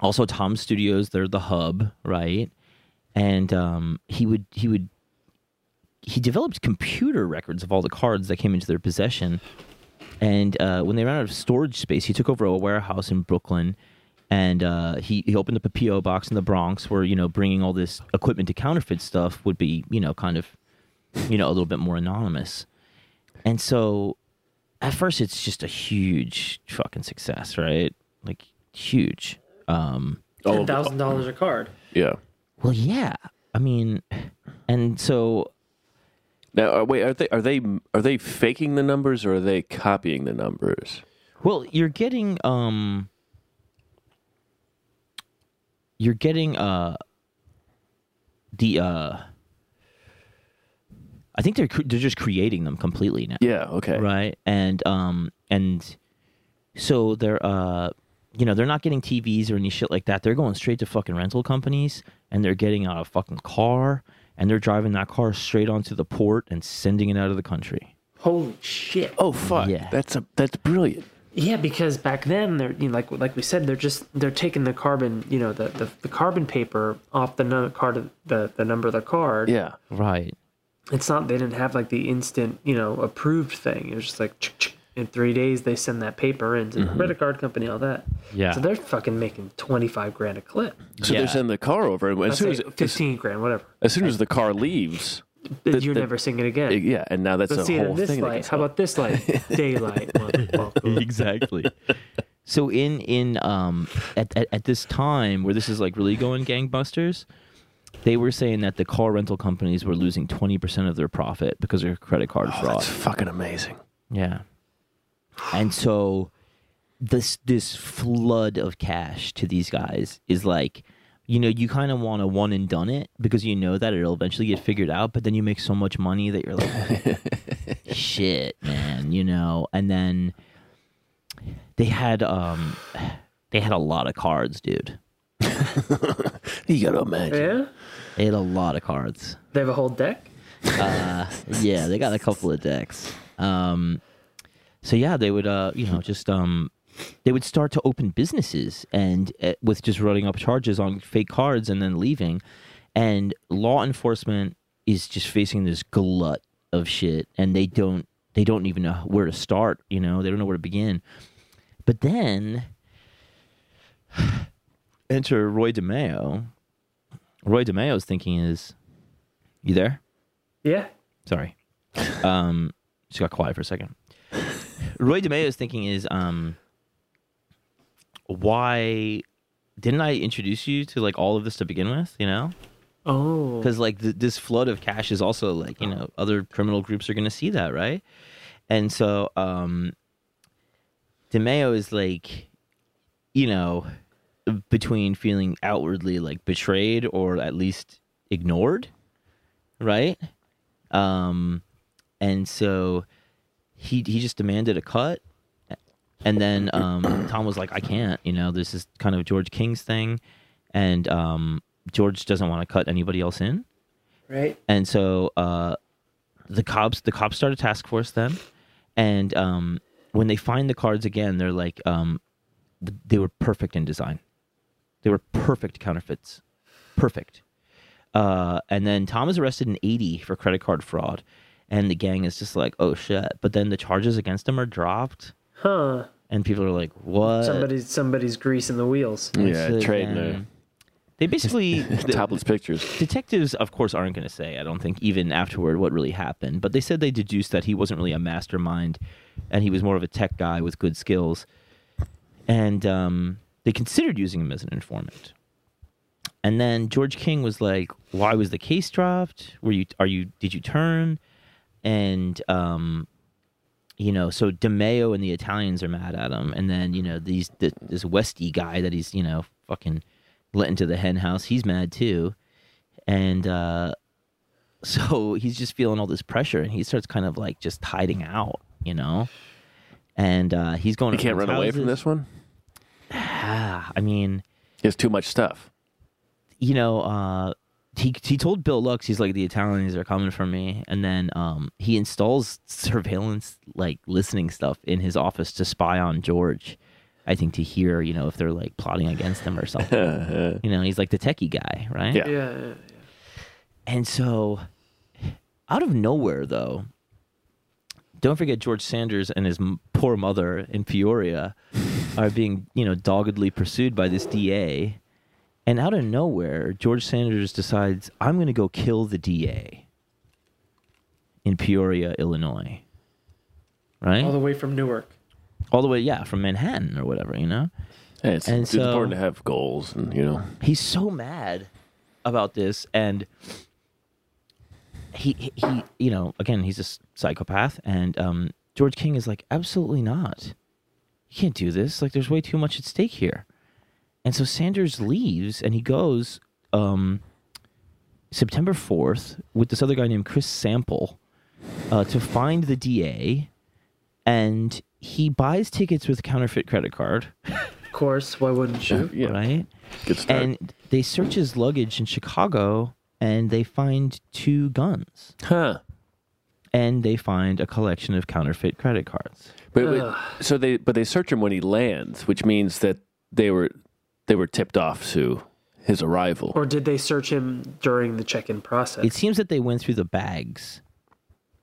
also Tom Studios, they're the hub, right? And um, he would he would he developed computer records of all the cards that came into their possession. And uh, when they ran out of storage space, he took over a warehouse in Brooklyn, and uh, he he opened up a PO box in the Bronx, where you know bringing all this equipment to counterfeit stuff would be you know kind of you know a little bit more anonymous. And so at first it's just a huge fucking success, right? Like huge. Um
All
Ten
of the-
thousand dollars a card.
yeah.
well yeah. I mean and so
Now, uh, wait, are they are they are they faking the numbers or are they copying the numbers?
well you're getting um you're getting uh the uh I think they're cr- they're just creating them completely now.
Yeah. Okay.
right and um and so they're uh you know they're not getting tvs or any shit like that they're going straight to fucking rental companies and they're getting out a fucking car and they're driving that car straight onto the port and sending it out of the country
Holy shit.
Oh fuck.
Yeah.
That's a that's brilliant.
Yeah, because back then they're you know, like like we said they're just they're taking the carbon you know the the, the carbon paper off the nu- card the the number of the card.
Yeah.
right
It's not they didn't have like the instant you know approved thing. It was just like chick, chick. in three days they send that paper in to
Mm-hmm.
the credit card company all that.
Yeah.
So they're fucking making twenty five grand a clip.
So
Yeah.
they're sending the car over, and as
Let's
soon
say
as, as
fifteen grand whatever.
as soon as the car leaves,
You're
the-
never seeing it again.
yeah, and now that's
Let's see
a
it
whole
in this
thing. that
light.
gets
How
out.
about this light? Daylight. Motherfucker.
exactly so in in um at, at at this time where this is like really going gangbusters they were saying that the car rental companies were losing 20% of their profit because of credit card
Oh,
fraud
that's fucking amazing.
Yeah. And so this this flood of cash to these guys is like you know, you kind of want to one and done it because you know that it'll eventually get figured out, but then you make so much money that you're like shit, man, you know. And then they had um they had a lot of cards, dude.
You gotta imagine.
yeah.
They had a lot of cards.
They have a whole deck.
yeah, they got a couple of decks. Um, so yeah, they would, uh, you know, just um, they would start to open businesses and uh, with just running up charges on fake cards and then leaving. And law enforcement is just facing this glut of shit, and they don't they don't even know where to start. You know, they don't know where to begin. But then enter Roy DeMeo, Roy DeMeo's thinking is, you there?
Yeah.
Sorry. Um, just got quiet for a second. Roy DeMeo's thinking is, um, why didn't I introduce you to like all of this to begin with? You know,
Oh.
because like th- this flood of cash is also like you know other criminal groups are going to see that, right? And so, um, DeMeo is like, you know, between feeling outwardly like betrayed or at least ignored, right? Um, and so he he just demanded a cut, and then um, Tom was like, "I can't," you know. This is kind of George King's thing, and um, George doesn't want to cut anybody else in,
Right.
and so uh, the cops the cops start a task force then, and um, when they find the cards again, they're like, um, th- they were perfect in design, they were perfect counterfeits, perfect. Uh, and then Tom is arrested in eighty for credit card fraud, and the gang is just like, oh shit. But then the charges against him are dropped,
Huh.
and people are like,
Uh,
what?
Somebody's somebody's greasing the wheels.
Yeah,
It's,
trading
um,
the
They basically the-
topless pictures.
detectives, of course, aren't going to say. I don't think even afterward what really happened, but they said they deduced that he wasn't really a mastermind, and he was more of a tech guy with good skills, and um, they considered using him as an informant. And then George King was like, "Why was the case dropped? Were you are you did you turn?" And um, you know, so DeMeo and the Italians are mad at him, and then you know these th this Westy guy that he's you know fucking let into the hen house, he's mad too, and uh, so he's just feeling all this pressure, and he starts kind of like just hiding out, you know, and uh, he's going.
He
to
can't run
friends'
away from
houses.
this one.
Ah, I mean,
He has too much stuff.
you know, uh, he he told Bill Lux, he's like the Italians are coming for me, and then um, he installs surveillance like listening stuff in his office to spy on George. I think to hear, you know, if they're like plotting against him or something.
Uh,
you know, he's like the techie guy, right?
Yeah.
Yeah. yeah.
And so, out of nowhere, though, don't forget George Sanders and his m- poor mother in Peoria are being, you know, doggedly pursued by this DA. And out of nowhere, George Sanders decides, I'm going to go kill the DA in Peoria, Illinois. Right?
All the way from Newark.
All the way, yeah, from Manhattan or whatever, you know?
hey, it's,
And
it's
so-
important to have goals, and you know,
he's so mad about this and he, he he you know again he's a s- psychopath and um george king is like absolutely not you can't do this like there's way too much at stake here and so sanders leaves and he goes um september 4th with this other guy named chris sample uh, to find the da and he buys tickets with counterfeit credit card
Of course. Why wouldn't you?
yeah,
right
good start.
and they search his luggage in Chicago and they find two guns
huh?
and they find a collection of counterfeit credit cards.
But, but-
Ugh.
so they but they search him when he lands, which means that they were they were tipped off to his arrival.
Or did they search him during the check-in process?
It seems that they went through the bags.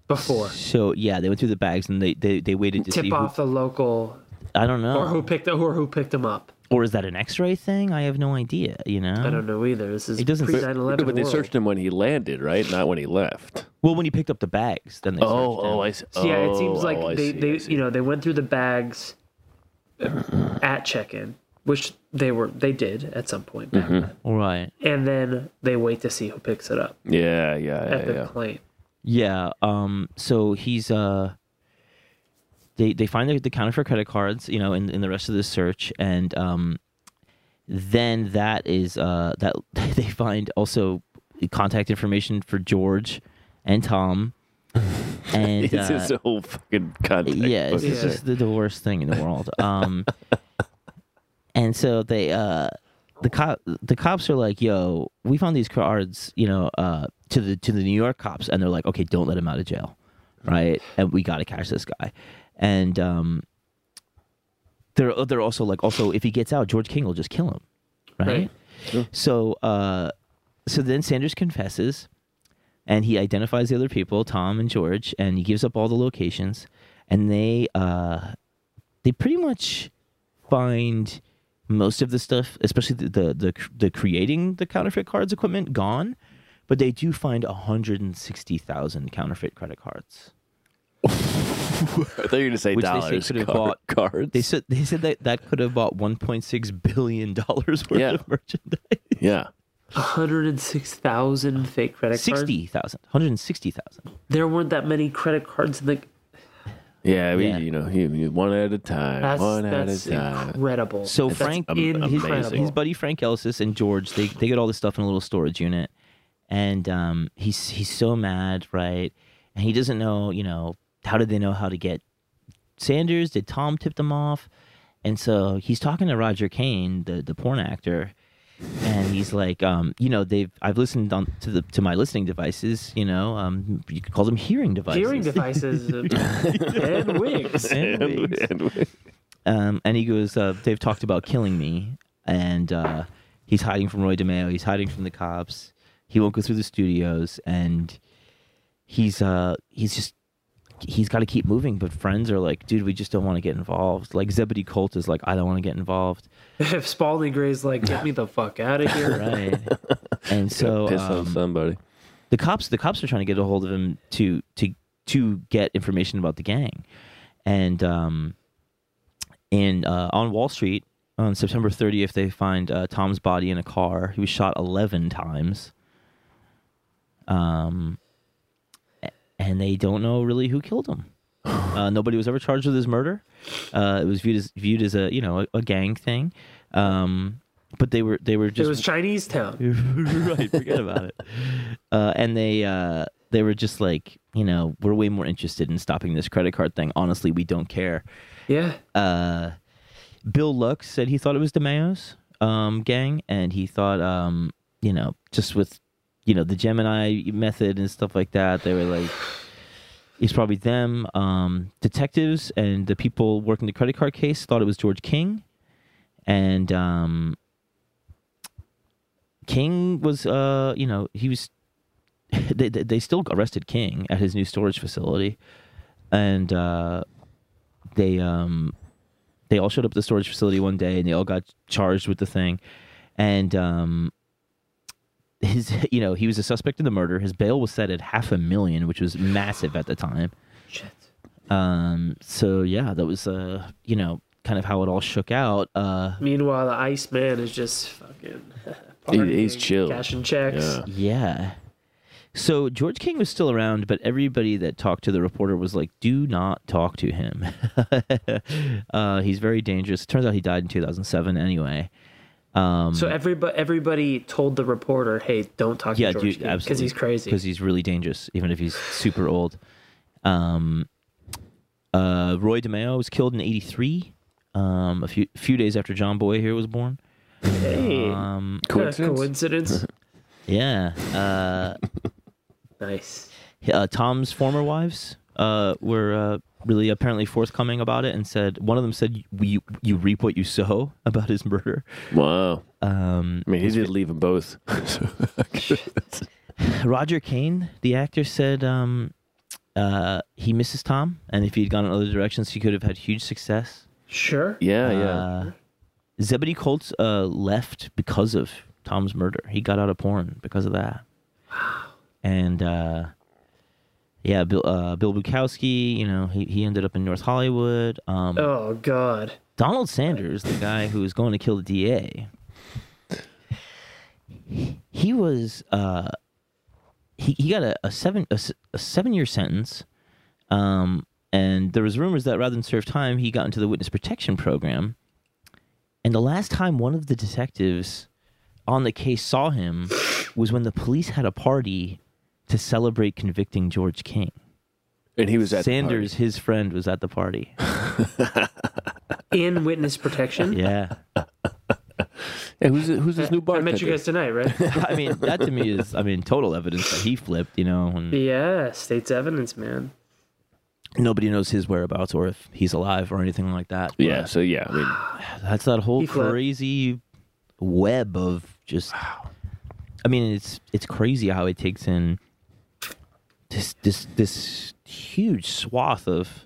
before.
So yeah, they went through the bags and they they, they waited to see
Tip
who-
off the local
I don't know.
Oh.
or who picked or who picked him up.
Or is that an X-ray thing? I have no idea. You know.
Oh.
I don't know either. This is
It doesn't-
pre
but,
9 11
but they searched him when he landed, right? Not when he left.
Well, when he picked up the bags, then they
Oh,
searched him.
oh, I see.
So, yeah, it
Oh,
seems like
oh, I
they,
see, I
they
see.
you know they went through the bags at check-in, which they were they did at some point, back
Mm-hmm.
then.
Right.
and then they wait to see who picks it up
yeah, yeah,
at
yeah,
the
yeah.
plane.
Yeah. Um. So he's uh. They they find the, the counterfeit credit cards, you know, in in the rest of the search, and um, then that is uh that they find also contact information for George and Tom, and
It's
uh,
his whole fucking contact.
yeah, it's,
book.
it's just the, the worst thing in the world. Um, and so they, uh, the cop, the cops are like, "Yo, we found these cards, you know, uh, to the to the New York cops," and they're like, "Okay, don't let him out of jail, right? And we got to catch this guy." And um, they're they're also like, also if he gets out, George King will just kill him, right?
Right.
So, uh, so then Sanders confesses and he identifies the other people, Tom and George, and he gives up all the locations, and they uh, they pretty much find most of the stuff, especially the the the, the creating the counterfeit cards equipment, gone. But they do find 160,000 counterfeit credit cards.
I thought you were going to say
Which they say
dollars.
could've
card-
bought-
cards.
They said they said that that could have bought 1.6 billion dollars worth
Yeah.
of merchandise.
yeah.
106,000 fake credit cards.
60,000, 160,000.
There weren't that many credit cards in the.
Yeah, we,
Yeah.
you know, you, you- one at a time,
That's,
one at
that's
a time.
incredible.
So
That's
Frank-
am-
incredible.
amazing.
his buddy Frank Elsis and George, they, they get all this stuff in a little storage unit, and um, he's he's so mad, right? And he doesn't know, you know, how did they know how to get Sanders? Did Tom tip them off? And so he's talking to Roger Kane, the the porn actor, and he's like, um, you know, they've I've listened on to the to my listening devices, you know, um, you could call them hearing devices.
Hearing devices uh, and wigs.
And wigs. Um, and he goes, uh, they've talked about killing me, and uh, he's hiding from Roy DeMeo. He's hiding from the cops. He won't go through the studios, and he's uh, he's just he's got to keep moving. But friends are like, dude, we just don't want to get involved. Like Zebedee Colt is like, I don't want to get involved.
If Spalding Gray's like, get me the fuck out of here.
Right. and so
piss on
um,
somebody.
the cops the cops are trying to get a hold of him to to to get information about the gang and um in uh, on wall street on september 30th they find uh, tom's body in a car he was shot 11 times um a- and they don't know really who killed him uh, nobody was ever charged with his murder uh, it was viewed as viewed as a you know a, a gang thing um but they were they were
It
just
was Chinese town.
right forget about it uh, and they uh, they were just like you know we're way more interested in stopping this credit card thing honestly we don't care
Yeah.
uh, bill lux said he thought it was DeMeo's um, gang and he thought um, you know just with you know the gemini method and stuff like that they were like it's probably them um, detectives and the people working the credit card case thought it was george king and um, King was, uh, you know, he was. They, they they still arrested King at his new storage facility, and uh, they um they all showed up at the storage facility one day and they all got charged with the thing, and um his you know he was a suspect in the murder. His bail was set at half a million, which was massive at the time.
Shit.
Um, so yeah, that was uh you know kind of how it all shook out. Uh,
Meanwhile, the Iceman is just fucking.
He- he's
partying,
chill.
Cashing checks.
Yeah.
Yeah. So George King was still around, but everybody that talked to the reporter was like, "Do not talk to him. uh, he's very dangerous." turns out he died in 2007 anyway. Um,
So everybody, everybody told the reporter, "Hey, don't talk
yeah,
to George
dude, absolutely,
because he's crazy."
Because he's really dangerous, even if he's super old. Um, uh, Roy DeMeo was killed in '83, um, a few few days after John Boy here was born.
hey,
Um,
Coincidence?
coincidence?
yeah. Uh,
nice.
uh, Tom's former wives uh, were uh, really apparently forthcoming about it and said one of them said you you reap what you sow about his murder.
Wow.
Um,
I mean, he did leave them both. So,
Roger Kane, the actor, said um, uh, he misses Tom, and if he'd gone in other directions, he could have had huge success.
Sure.
yeah, yeah.
Uh, Zebedee Colts uh, left because of Tom's murder. He got out of porn because of that. And uh, yeah, Bill, uh, Bill Bukowski, you know, he, he ended up in North Hollywood. Um,
Oh God.
Donald Sanders, the guy who was going to kill the DA, he was uh, he he got a, a seven a, seven year sentence, um, and there was rumors that rather than serve time, he got into the witness protection program. And the last time one of the detectives on the case saw him was when the police had a party to celebrate convicting George King.
And he was at the
Sanders, his friend, was at the party.
In witness protection.
Yeah.
party. Hey, who's who's this new
I
bartender?
met you guys tonight, right?
I mean, that to me is, I mean, total evidence that he flipped, you know, and
yeah, state's evidence, man.
nobody knows his whereabouts or if he's alive or anything like that. But
Yeah. So yeah, I mean,
That's that whole
He flipped.
crazy web of just, I mean, it's, it's crazy how it takes in this, this, this huge swath of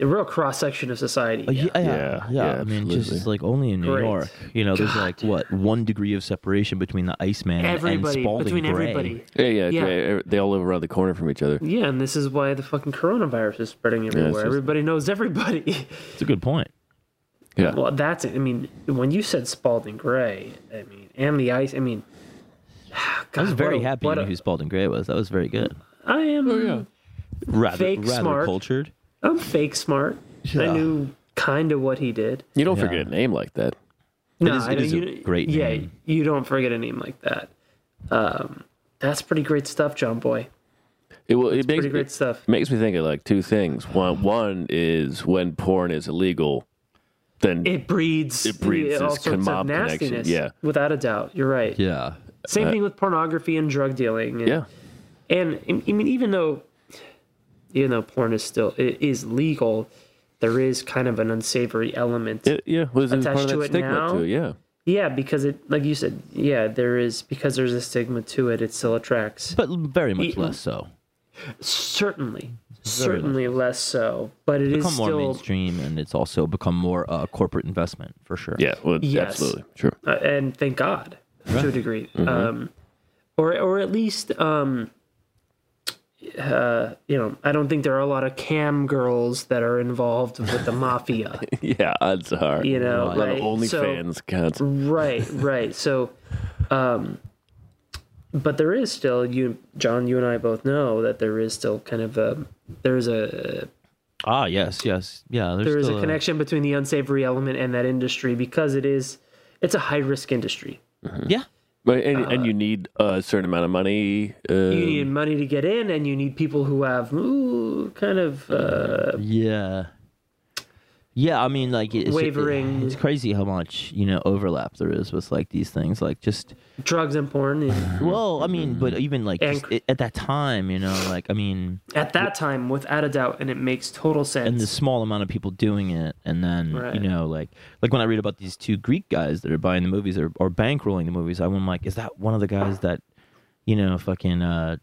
a real cross section of society.
Uh,
yeah.
Yeah, yeah,
Yeah, yeah,
I mean, just
absolutely.
like only in New
Great.
York, you know, there's like what one degree of separation between the Iceman
Everybody
and Spalding
between
Gray.
everybody.
Yeah, yeah,
Yeah.
yeah. They all live around the corner from each other.
Yeah, and this is why the fucking coronavirus is spreading everywhere.
just-
everybody knows everybody.
It's a good point.
Yeah.
well, that's it. I mean, when you said Spalding Gray, I mean, and the ice, I mean, God,
I was
what
very
a-
happy you
what
knew
a-
who Spalding Gray was. That was very good.
I am.
Rather,
Fake
rather
smart.
cultured.
I'm fake smart.
Yeah.
I knew kind of what he did.
You don't
Yeah.
forget a name like that.
No,
is-
I
it
don't-
is a
you-
great
Yeah,
name.
you don't forget a name like that. Um, that's pretty great stuff, John Boy.
It will. It makes
Pretty great
me,
stuff.
makes me think of like two things. One, one is when porn is illegal, then
It breeds.
It breeds
all
this
sorts of
mob connection,
nastiness.
yeah. Uh,
without a doubt. You're right.
Yeah,
Same thing with pornography and drug dealing. and-
yeah,
and I mean, even though, even though porn is still it is legal, there is kind of an unsavory element.
it, yeah. Was part of
Attached
that
to it
stigma
now?
too? Yeah,
yeah, because it, like you said, yeah, there is because there's a stigma to it. It still attracts
but very much
It-
less so.
certainly, certainly less so, but it is
Become more
still.
mainstream, and it's also become more uh, corporate investment for sure.
yeah. Well,
Yes.
absolutely, sure.
uh, and thank God to a degree,
Mm-hmm.
um, or or at least um, uh, you know I don't think there are a lot of cam girls that are involved with the mafia.
Yeah, odds are.
You know,
a lot of
right? So-
OnlyFans accounts.
right, right. So, um, but there is still you, John. You and I both know that there is still kind of a there is a
Ah, yes, yes, yeah. There's
there is
still
a connection between the unsavory element and that industry because it is it's a high risk industry.
Yeah,
But and, and you need a certain amount of money. Uh,
You need money to get in, and you need people who have ooh, kind of uh,
Yeah. Yeah, I mean, like it's,
Wavering.
It's crazy how much you know overlap there is with like these things. Like just
drugs and porn. And
well, I mean, but even like
And
just
cr-
i- at that time, you know, like I mean,
at that time, without a doubt, and it makes total sense.
and the small amount of people doing it, and then you
Right.
know, like like when I read about these two Greek guys that are buying the movies or, or bankrolling the movies, I'm like, is that one of the guys that you know fucking uh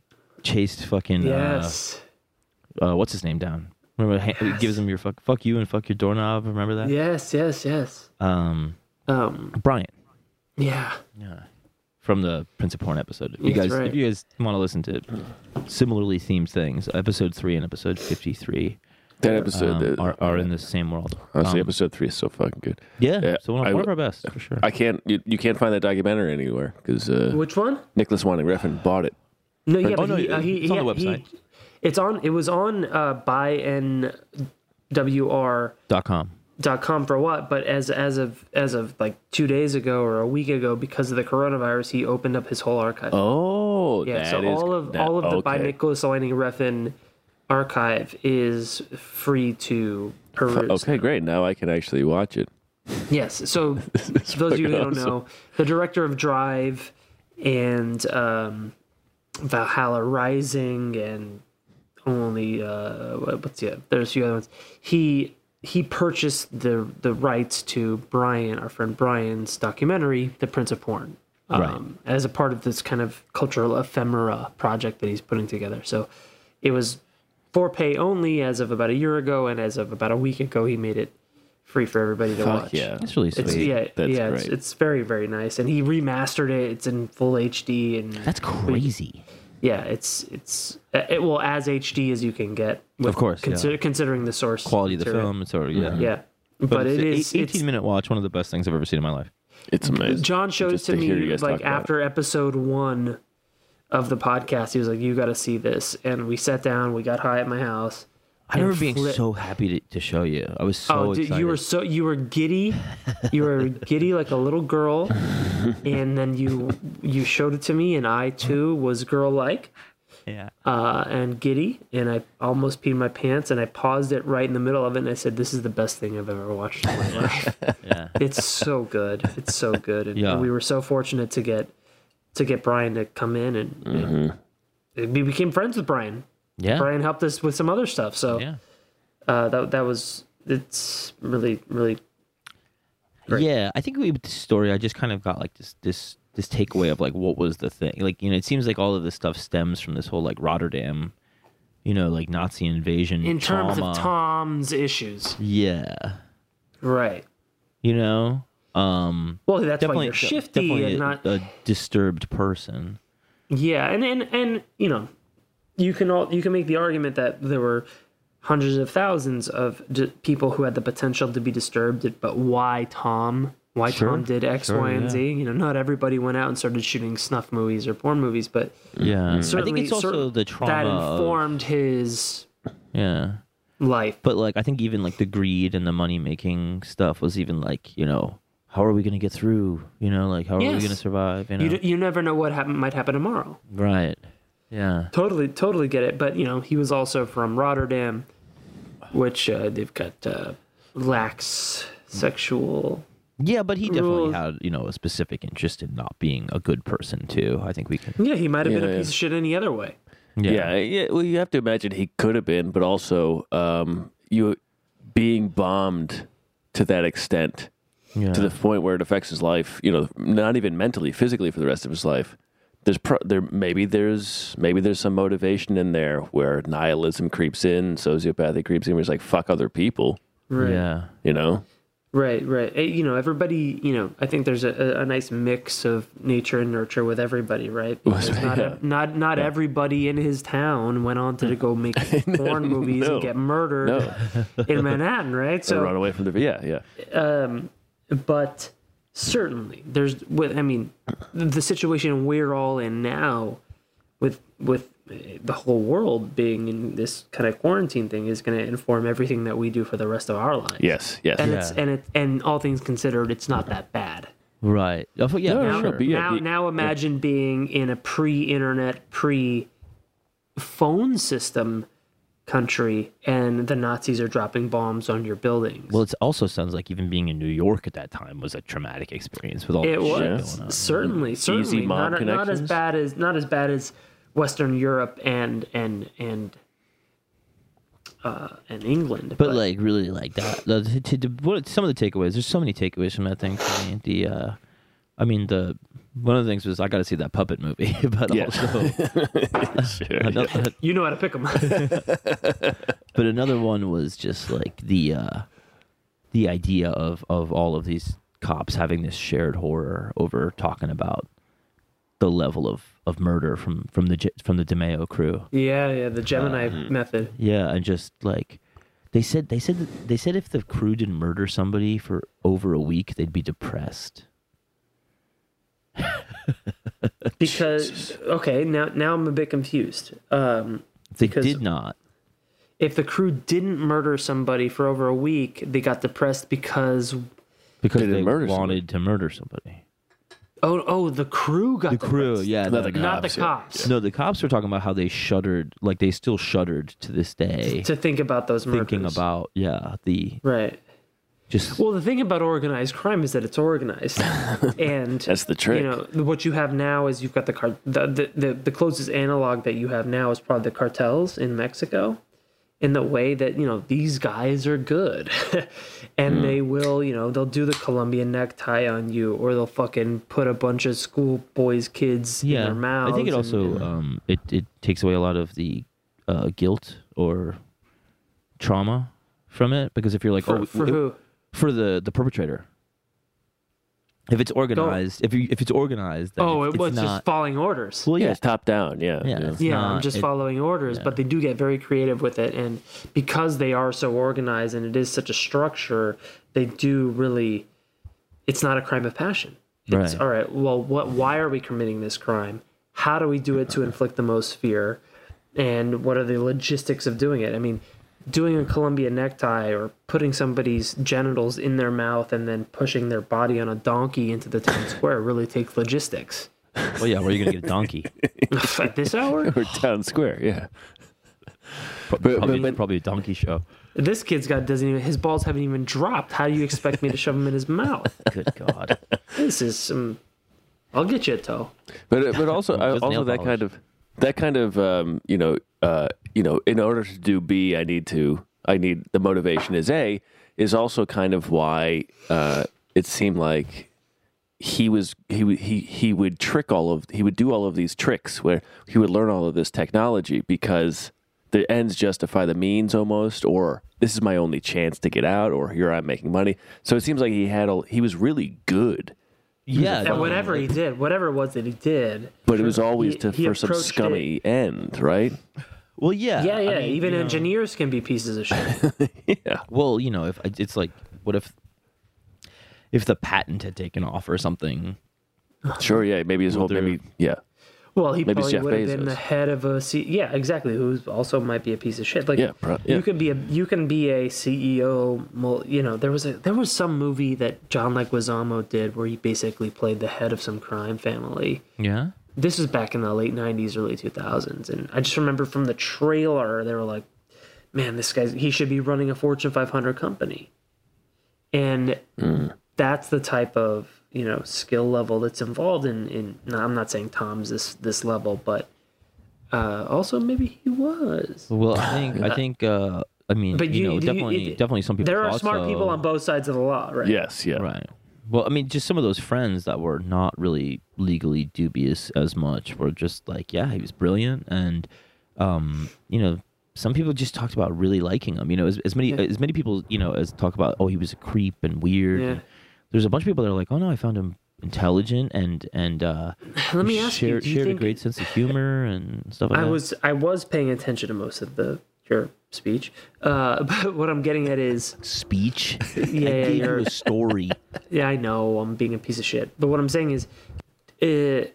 chased fucking
yes,
uh, uh what's his name down? Remember, ha- gives him your fuck fuck you and fuck your doorknob. Remember that?
yes, yes, yes.
Um,
Um,
Brian.
yeah.
from the Prince of Porn episode. If you
That's
guys,
right.
if you guys want to listen to similarly themed things, episode three and episode fifty three
that episode.
um,
uh,
are, are in the same world.
honestly,
Um,
episode three is so fucking good.
yeah,
Yeah,
so one,
I
of- one of
w-
our best for sure.
I can't. You, you can't find that documentary anywhere because uh,
Which one?
Nicholas Winding Refn bought it.
No, yeah,
Oh,
but
no,
he, uh, he,
it's on the
he-
website.
he- it's on. It was on uh, buynwr.com
Dot com.
for what? But as as of as of like two days ago or a week ago, because of the coronavirus, he opened up his whole archive.
Oh,
yeah,
that
so
is-
all of
that-
all of the by
okay.
Nicholas Leining Refn archive is free to peruse.
Okay, great. Now I can actually watch it.
Yes. So those of you who
fucking
don't
awesome.
know, the director of Drive and um, Valhalla Rising and only uh, what- what's the there's a few other ones. He he purchased the the rights to Brian, our friend Brian's documentary, The Prince of Porn, um, as a part of this kind of cultural ephemera project that he's putting together. So it was for pay only as of about a year ago, and as of about a week ago, he made it free for everybody to watch.
Fuck yeah.
That's really sweet.
It's, yeah,
That's
yeah, it's,
great.
it's very very nice, and he remastered it. It's in full HD, and
That's crazy.
yeah, it's it's uh, it will as HD as you can get.
Of course, yeah.
consider, considering the source
Quality of the
material.
film. It's sort of yeah.
Yeah, but, it
an
is. it's-
eighteen minute watch. One of the best things I've ever seen in my life.
It's amazing.
John showed it
Just
to
hear you
me
guys talk
like
about it.
after episode one of the podcast. He was like, "You got to see this," and we sat down. We got high at my house.
I remember
and
being
flipped-
so happy to, to show you. I was so
Oh, dude,
excited.
you were so you were giddy, you were giddy like a little girl, and then you you showed it to me, and I too was girl like
yeah.
uh, and giddy, and I almost peed my pants, and I paused it right in the middle of it, and I said, "This is the best thing I've ever watched in my life. It's so good, it's so good." And,
Yeah.
and we were so fortunate to get to get Brian to come in, and, and
Mm-hmm.
we became friends with Brian.
Yeah.
Brian helped us with some other stuff, so
Yeah.
uh, that that was it's really really
Yeah, I think we, with the story, I just kind of got like this this this takeaway of like what was the thing. Like you know, it seems like all of this stuff stems from this whole like Rotterdam you know, like Nazi invasion
in terms
trauma.
of Tom's issues.
Yeah,
Right.
you know, um,
Well, that's why
definitely
you're
de-
shifty
definitely
and
a,
not.
a disturbed person.
yeah, and and and you know, you can all you can make the argument that there were hundreds of thousands of d- people who had the potential to be disturbed, but why Tom? Why
Sure.
Tom did X, Y,
Sure,
and
yeah.
Z? You know, not everybody went out and started shooting snuff movies or porn movies, but Mm-hmm.
Yeah, Mm. I think
certainly
it's also
cer-
the trauma.
that
of-
informed his
yeah,
life.
but like I think even like the greed and the money making stuff was even like you know how are we gonna get through? You know, like how are we
Yes.
gonna survive? You know,
You, d- you never know what happen- might happen tomorrow.
right? Yeah,
totally totally get it but you know he was also from rotterdam which uh, they've got uh, lax sexual
yeah, but he definitely
Rules.
had you know a specific interest in not being a good person too. I think we can.
yeah he might have been
Yeah,
a
yeah.
piece of shit any other way
Yeah. yeah, Well, you have to imagine he could have been, but also um, you being bombed to that extent,
yeah.
to the point where it affects his life. You know, not even mentally, physically, for the rest of his life. There's pro- there maybe there's maybe there's some motivation in there where nihilism creeps in, sociopathy creeps in. Where he's like, fuck other people.
right
yeah.
You know,
right right Eh, you know everybody you know i think there's a, a, a nice mix of nature and nurture with everybody right Because not, e,
yeah.
not not everybody in his town went on to go make porn movies
no.
and get murdered
no,
in manhattan right
to run away from the yeah, yeah.
but certainly there's with i mean the situation we're all in now with with the whole world being in this kind of quarantine thing is going to inform everything that we do for the rest of our lives
Yes, yes.
and it's
Yeah.
and it and all things considered it's not that bad
Right. Oh, yeah.
No,
for sure.
no, no, but yeah,
now
the-
now imagine being in a pre-internet pre-phone system country and the nazis are dropping bombs on your buildings
Well, it also sounds like even being in New York at that time was a traumatic experience with all
It
the shit
was
going on.
certainly certainly
mob
not, not as
connections.
bad as not as bad as Western Europe and and and uh, and England.
But, like, really, like that. The, to, to, what, some of the takeaways. There's so many takeaways from that thing. For me. The, uh, I mean, the one of the things was I got to see that puppet movie, but
Yeah.
also
Sure.
another,
you know how to pick them.
but another one was just like the uh the idea of of all of these cops having this shared horror over talking about the level of of murder from from the J- from the DeMeo crew.
yeah, yeah, the Gemini
Uh, mm.
method.
Yeah, and just like they said they said that, they said if the crew didn't murder somebody for over a week, they'd be depressed.
Because okay, now now I'm a bit confused. Um,
If they
Because-
did not.
if the crew didn't murder somebody for over a week, they got depressed because
Because
They
they,
didn't murder
wanted to murder somebody.
oh oh the crew got
The crew,
depressed.
yeah,
Not the
not
Cops,
the
yeah.
cops.
No, the cops were talking about how they shuddered, like they still shuddered to this day,
To think about those murders.
thinking about yeah the
right.
just
Well, the thing about organized crime is that it's organized, and
That's the trick.
You know what you have now is you've got the cart. The, the the the closest analog that you have now is probably the cartels in Mexico, in the way that you know these guys are good, and
Hmm.
they will you know they'll do the Colombian necktie on you, or they'll fucking put a bunch of schoolboys kids in their mouths.
I think it
and-
also um, it it takes away a lot of the uh, guilt or trauma from it because if you're like
for,
oh,
for
it-
who?
for the the perpetrator. If it's organized, if you, if it's organized, then
Oh,
it's,
it was
it's
just
not.
following orders.
well,
yeah,
yeah,
it's top down. Yeah,
yeah, it's
Yeah,
not-
I'm just
it-
following orders, but they do get very creative with it, and because they are so organized and it is such a structure, they do really. It's not a crime of passion. It's
Right.
all right. Well, what? Why are we committing this crime? How do we do it to inflict the most fear? And what are the logistics of doing it? I mean, doing a Columbia necktie or putting somebody's genitals in their mouth and then pushing their body on a donkey into the town square really takes logistics.
Well, Oh, yeah, where are you gonna get a donkey?
At this hour,
or town square. Yeah,
probably,
but- but-
probably a donkey show.
This kid's got doesn't even his balls haven't even dropped. How do you expect me to shove them in his mouth?
Good God,
This is some. I'll get you a toe.
but but also I,
Just
also
nail
that
polish.
kind of that kind of um, you know uh, you know in order to do B, I need to I need the motivation is A is also kind of why uh, it seemed like he was he would- he he would trick all of he would do all of these tricks where he would learn all of this technology because the ends justify the means almost, or this is my only chance to get out, or here I'm making money. So it seems like he had a, he was really good,
Yeah,
And
dude.
whatever he did, whatever it was that he did,
but it was always
He-
to,
he
for some
approached
scummy end, right?
Well,
Uh,
yeah,
yeah,
I
yeah.
mean,
even
you know,
engineers can be pieces of shit.
Well, you know, if it's like, what if, if the patent had taken off or something?
Sure, yeah, maybe his whole
they're-
maybe yeah.
Well, he
Maybe
probably
it's Jeff
would have been
Bezos.
the head of a C. Yeah, exactly. Who also might be a piece of shit. Like,
Yeah, pro- yeah.
you can be a you can be a CEO. mul- You know, there was a there was some movie that John Leguizamo did where he basically played the head of some crime family.
Yeah.
This was back in the late '90s, early 2000s, and I just remember from the trailer they were like, "Man, this guy's he should be running a Fortune 500 company," and
Mm.
that's the type of you know skill level that's involved in in no, I'm not saying Tom's this this level but uh also maybe he was
Well, I think I think uh, I mean,
but
you,
you,
know,
you-
definitely
it-
definitely some people.
there are
thought
smart
so.
people on both sides of the law right
Yes, yeah.
Right. Well, I mean, just some of those friends that were not really legally dubious as much were just like, yeah, he was brilliant, and um, you know, some people just talked about really liking him. You know, as, as many as many people you know as talk about, oh, he was a creep and weird.
Yeah.
There's a bunch of people that are like, oh no, I found him intelligent and and uh,
Let me ask you,
shared,
do you
shared
think-
a great sense of humor and stuff like
I
that.
was I was paying attention to most of the your speech uh but what I'm getting at is
speech. I
yeah, yeah
gave you
you're
a story.
yeah, I know I'm being a piece of shit. But what I'm saying is, uh,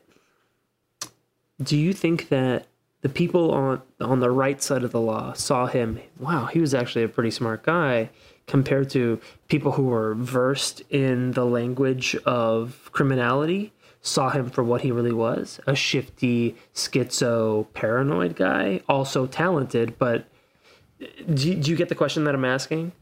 do you think that the people on on the right side of the law saw him? Wow, he was actually a pretty smart guy compared to people who were versed in the language of criminality. Saw him for what he really was a shifty, schizo, paranoid guy, also talented. But do, do you get the question that I'm asking?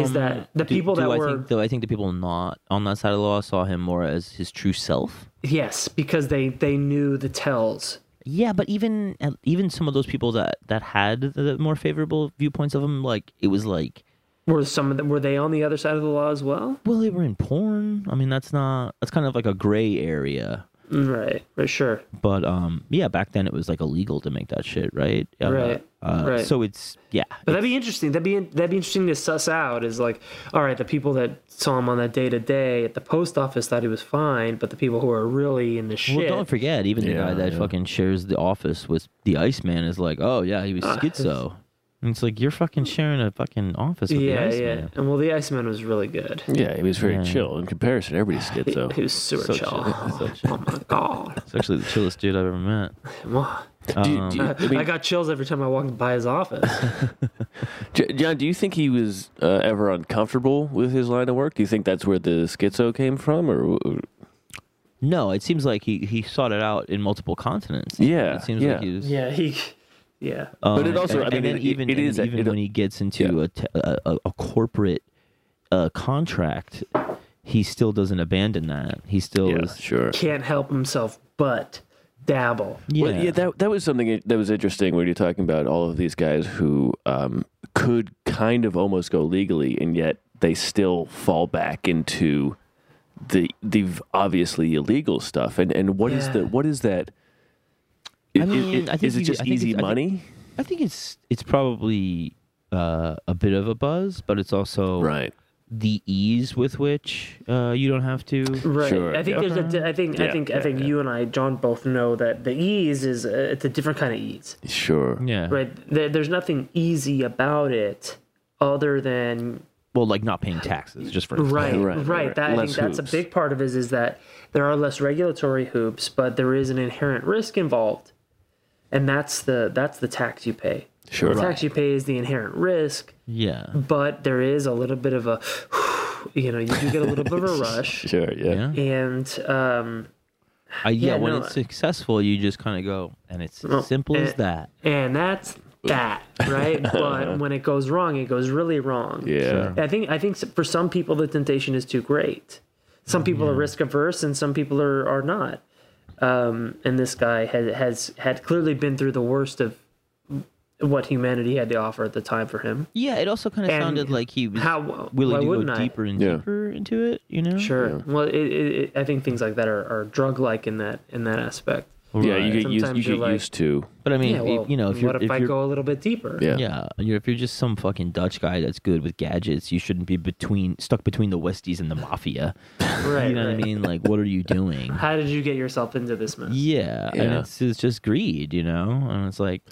is that the
Um, Do-
people
do
that
I
were
think, though I think the people not on that side of the law saw him more as his true self.
Yes, because they they knew the tells.
Yeah, but even even some of those people that that had the more favorable viewpoints of him, like it was like,
Were some of them were they on the other side of the law as well?
well, they were in porn. I mean, that's not that's kind of like a gray area.
Right, right, sure.
But um, yeah, back then it was like illegal to make that shit, right? Uh,
Right,
Uh,
right.
So it's yeah,
But that'd be interesting. That'd be that'd be interesting to suss out. Is like, all right, the people that saw him on that day to day at the post office thought he was fine, but the people who are really in the shit.
Well, don't forget, even the guy
Yeah,
that
yeah.
fucking shares the office with the Iceman is like, oh yeah, he was
Uh,
schizo. And it's like you're fucking sharing a fucking office with
yeah,
the
yeah.
Iceman.
And well, the Iceman was really good.
Yeah, he was very chill in comparison. Everybody's schizo.
he was
So
super chill.
chill. So chill.
Oh my god!
It's actually the chillest dude I've ever met.
Mwah.
Do you- do you-
I, got chills every time I walked by his office.
J- John, do you think he was uh, ever uncomfortable with his line of work? Do you think that's where the schizo came from, or
No, it seems like he, he sought it out in multiple continents.
Yeah,
it seems
yeah.
like he was.
yeah, he. Yeah.
um,
But it also-
and,
I mean,
and then
it-
even
it
and
is-
even
it-
when he gets into
yeah.
a te- a, a, a corporate uh, contract, he still doesn't abandon that. He still is.
sure.
Can't help himself but dabble.
Well, yeah, that that was something that was interesting when you're talking about all of these guys who um, could kind of almost go legally, and yet they still fall back into the the v- obviously illegal stuff. And and what is
Yeah.
the what is that? I
mean, I think
is it
you-
just
I think
easy
it's- I think-
money?
I think it's it's probably uh, a bit of a buzz, but it's also
right.
the ease with which uh, you don't have to.
Right.
Sure.
I think
Yeah.
there's a. di- I think. I
Yeah,
think. I
yeah,
think you and I, John, both know that the ease is. Uh, it's a different kind of ease,
Sure.
Yeah.
right? There, there's nothing easy about it, other than
Well, like not paying taxes, just for
right,
Right,
right.
right.
That, I think
Less
that's a
hoops.
big part of it. Is that there are less regulatory hoops, but there is an inherent risk involved, and that's the that's the tax you pay.
Sure.
The tax you pay is the inherent risk,
Yeah.
but there is a little bit of a, you know, you do get a little bit of a rush,
Sure.
Yeah.
and um,
I, yeah,
Yeah,
when
no,
it's
I-
successful, you just kind of go, and it's as simple as
eh.
that.
and that's that right but when it goes wrong it goes really wrong
Yeah.
i think i think for some people the temptation is too great some
Mm-hmm.
people are risk averse and some people are are not um and this guy has has had clearly been through the worst of what humanity had to offer at the time for him
Yeah, it also kind of
And
sounded like he was
how- why
willing to
wouldn't
go
I?
deeper and
Yeah.
deeper into it. You know,
sure well it, it, it, i think things like that are, are drug like in that in that aspect
Yeah, you get used,
Sometimes
you get
you're like-
used to.
But I mean,
yeah, well,
you know, if you're
what if,
if
I
you're,
go a little bit deeper?
Yeah.
yeah, you're, if you're just some fucking Dutch guy that's good with gadgets, you shouldn't be between stuck between the Westies and the mafia.
right.
you know
right.
what I mean? Like, what are you doing?
How did you get yourself into this mess?
Yeah, and
Yeah.
it's, it's just greed, you know. And it's like,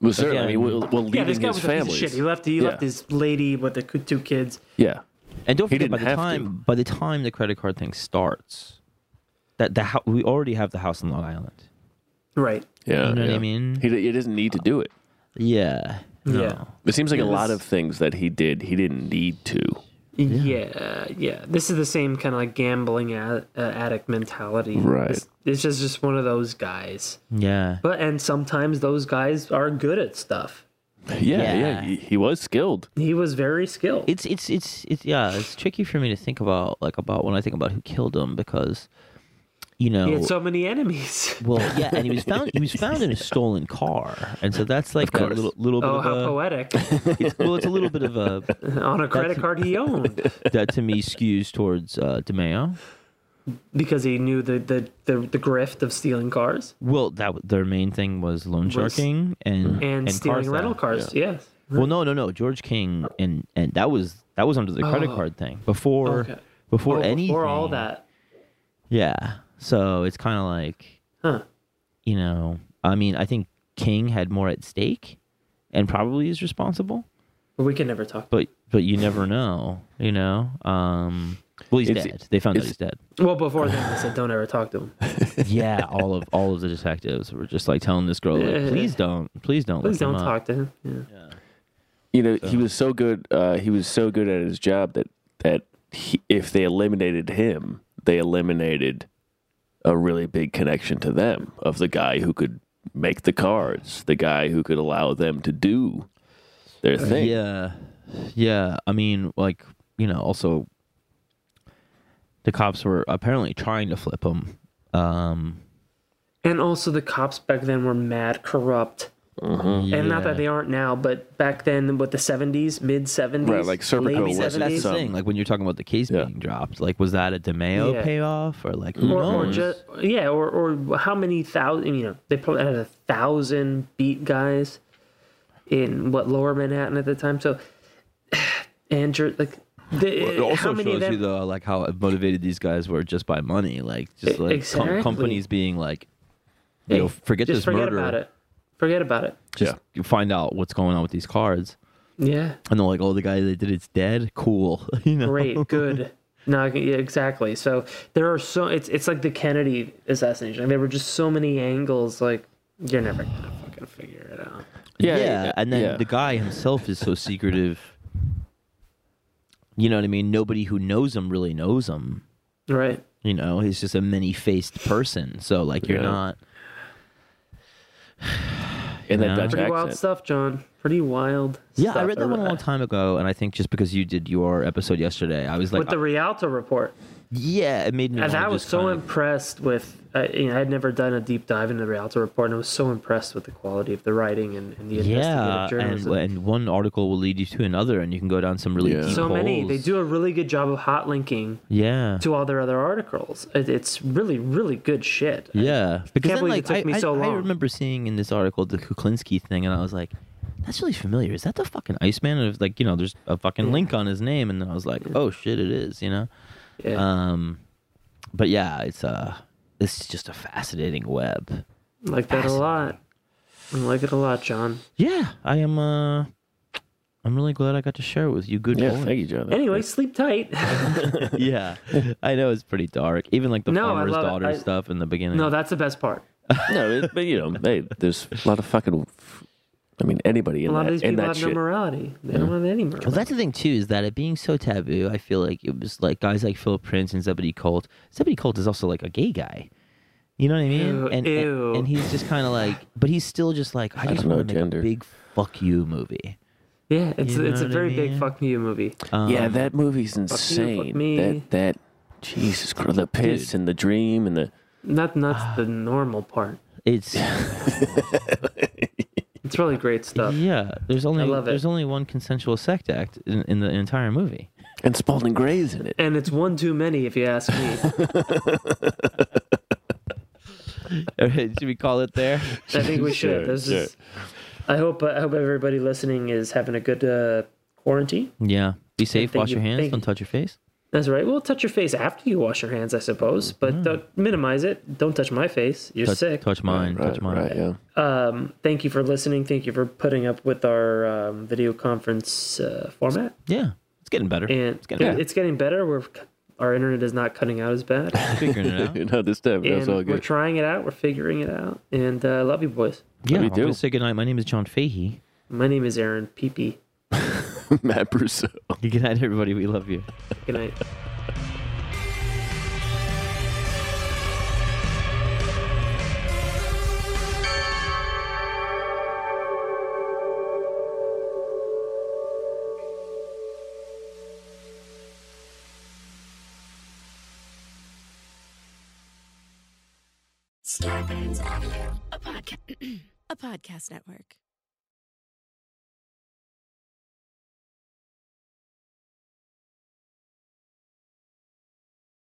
Well, certainly,
yeah,
I mean, well, well,
Yeah, this
leaving
guy was
his
a piece of
family.
shit. He left. He left
Yeah.
his lady with the two kids.
Yeah,
and don't
He
forget by
didn't
the
have to.
time by the time the credit card thing starts, that the hou- we already have the house on Long Island.
Right.
yeah.
You know what I
yeah.
mean?
He, he doesn't need to do it.
Yeah, no.
Yeah.
It seems like a
Yeah,
lot
this-
of things that he did, he didn't need to.
Yeah. yeah, This is the same kind of like gambling ad, uh, addict mentality.
Right.
It's, it's just just one of those guys.
yeah.
But and sometimes those guys are good at stuff.
Yeah,
Yeah.
yeah. He, he was skilled.
He was very skilled.
it's it's it's it's yeah it's tricky for me to think about like about when i think about who killed him because you know
he had so many enemies.
well yeah and he was found he was found in a stolen car and so that's like a
course.
little, little bit
Oh,
of
how
a
poetic!
it's, well it's a little bit of a
On a credit card he owned
that to me skews towards uh DeMeo.
because he knew the the, the, the grift of stealing cars
well that their main thing was loan sharking and
and, stealing
car
rental
theft.
cars. Yes.
well no no no george king and and that was that was under the credit
Oh.
card thing before
Okay.
before
Oh,
anything
before all that.
Yeah. So it's kind of like,
Huh.
you know, I mean, I think King had more at stake and probably is responsible,
We can never talk.
but but you never know, you know. Um well, he's
It's-
dead. They found out
it's-
he's dead.
Well, before then, they said don't ever talk to him.
Yeah, all of all of the detectives were just like telling this girl, like,
Yeah.
please don't, please don't,
Please
look him
don't
up."
talk to him. Yeah.
You know, he was so good. Uh, he was so good at his job that that he, if they eliminated him, they eliminated a really big connection to them of the guy who could make the cards, the guy who could allow them to do their
Uh,
thing.
Yeah, yeah. I mean, like you know, also the cops were apparently trying to flip him. Um,
And also, the cops back then were mad corrupt. And not that they aren't now, but back then, what the seventies, mid seventies,
Right, like Serpico
late
That's,
was-
that's
seventies,
the
some-
thing. Like when you're talking about the case
Yeah.
being dropped, like was that a DeMeo
Yeah.
payoff or like who
or, or
knows?
just yeah, or or how many thousand? You know, they probably had a thousand beat guys in what Lower Manhattan at the time. So, and you're, like, the,
it
how
also
many
shows
of them?
you though, like how motivated these guys were just by money, like just
E-
like com-
exactly.
companies being like, you know,
Hey,
forget
just
this
forget
murder,
about it. Forget about it.
just find out what's going on with these cards,
Yeah.
and they're like, oh, the guy that did it's dead, cool, you know?
great good no I can- yeah, exactly so there are so it's it's like the kennedy assassination there were just so many angles like you're never gonna fucking figure it out
Yeah,
yeah,
yeah,
and then
yeah.
the guy himself is so secretive. You know what I mean? Nobody who knows him really knows him.
right
you know he's just a many-faced person so like you're
Yeah.
not
and
Yeah.
that Dutch
pretty wild
accent.
stuff john pretty wild
yeah i
stuff.
read that one a long time ago and i think just because you did your episode yesterday i was like uh,
with the Rialto report,
yeah it made me
and
wanna
I was
just
so
kinda-
impressed with. I, you know, I had never done a deep dive into the Rialto report, and I was so impressed with the quality of the writing and, and the investigative
yeah and,
journalism.
and one article will lead you to another and you can go down some really
Yeah.
deep
so many, they
holes.
do a really good job of hot linking
yeah
to all their other articles. It, it's really, really good shit.
yeah because
can't
then,
believe it
like,
took
I,
me
I-
so
I
long.
remember seeing in this article the kuklinski thing and i was like that's really familiar is that the fucking iceman and it was like you know there's a fucking link on his name and then i was like oh shit it is you know
Yeah.
Um, but yeah, it's uh this is just a fascinating web.
like that a lot. I like it a lot, John.
Yeah, I am. Uh, I'm really glad I got to share it with you. Good
Yeah,
boy.
thank you, John.
Anyway, sleep tight.
yeah, I know it's pretty dark. Even like the
No, I
farmer's
love it.
daughter
I-
stuff in the beginning.
no, that's the best part.
no, it, but you know, hey, there's a lot of fucking. I mean, anybody in
A lot of
that
these
in
people
that
have no
shit.
morality. They don't have any morality.
well, that's the thing too is that it being so taboo, I feel like it was like guys like Philip Prince and Zebedee Colt. Zebedee Colt is also like a gay guy. You know what I mean?
Ew,
and,
ew.
and and he's just kind of like, but he's still just like, I just
don't know
want to make a
gender.
big fuck you movie.
yeah, it's
You
it's
know
a
what I
very big
mean? Uh,
fuck you movie.
yeah, that movie's
fuck
insane.
me.
That that Jesus Christ, the piss and the dream and the
Not
uh,
not the normal part.
It's
It's really great stuff.
Yeah, there's only
love it.
there's only one consensual sex act in, in the entire movie.
and Spalding Gray's in it.
And it's one too many, if you ask me.
All right, Should we call it there?
I think we should.
Sure,
this
sure.
is. I hope. I hope everybody listening is having a good uh, quarantine.
Yeah. Be safe.
Thank
Wash
you.
your hands.
Thank
Don't
you.
touch your face.
That's right. Well, touch your face after you wash your hands, I suppose, but don't minimize it. Don't touch my face. You're
Mm. Touch,
sick.
touch mine.
Right,
touch mine.
right, yeah.
Um, thank you for listening. Thank you for putting up with our um, video conference uh, format.
Yeah. It's getting better.
And
it's getting better.
it's getting better. We're our internet is not cutting out as bad.
Figuring it out.
You know, this time that's all
and we're
good.
trying it out. We're figuring it out. And uh, love you, boys.
Yeah.
me
I'm going
too.
to say goodnight. My name is John Fahey.
My name is Aaron. Pee pee.
Matt Brousseau.
Good night, everybody. We love you.
Good night.
Starburns Audio, a podcast, a podcast network.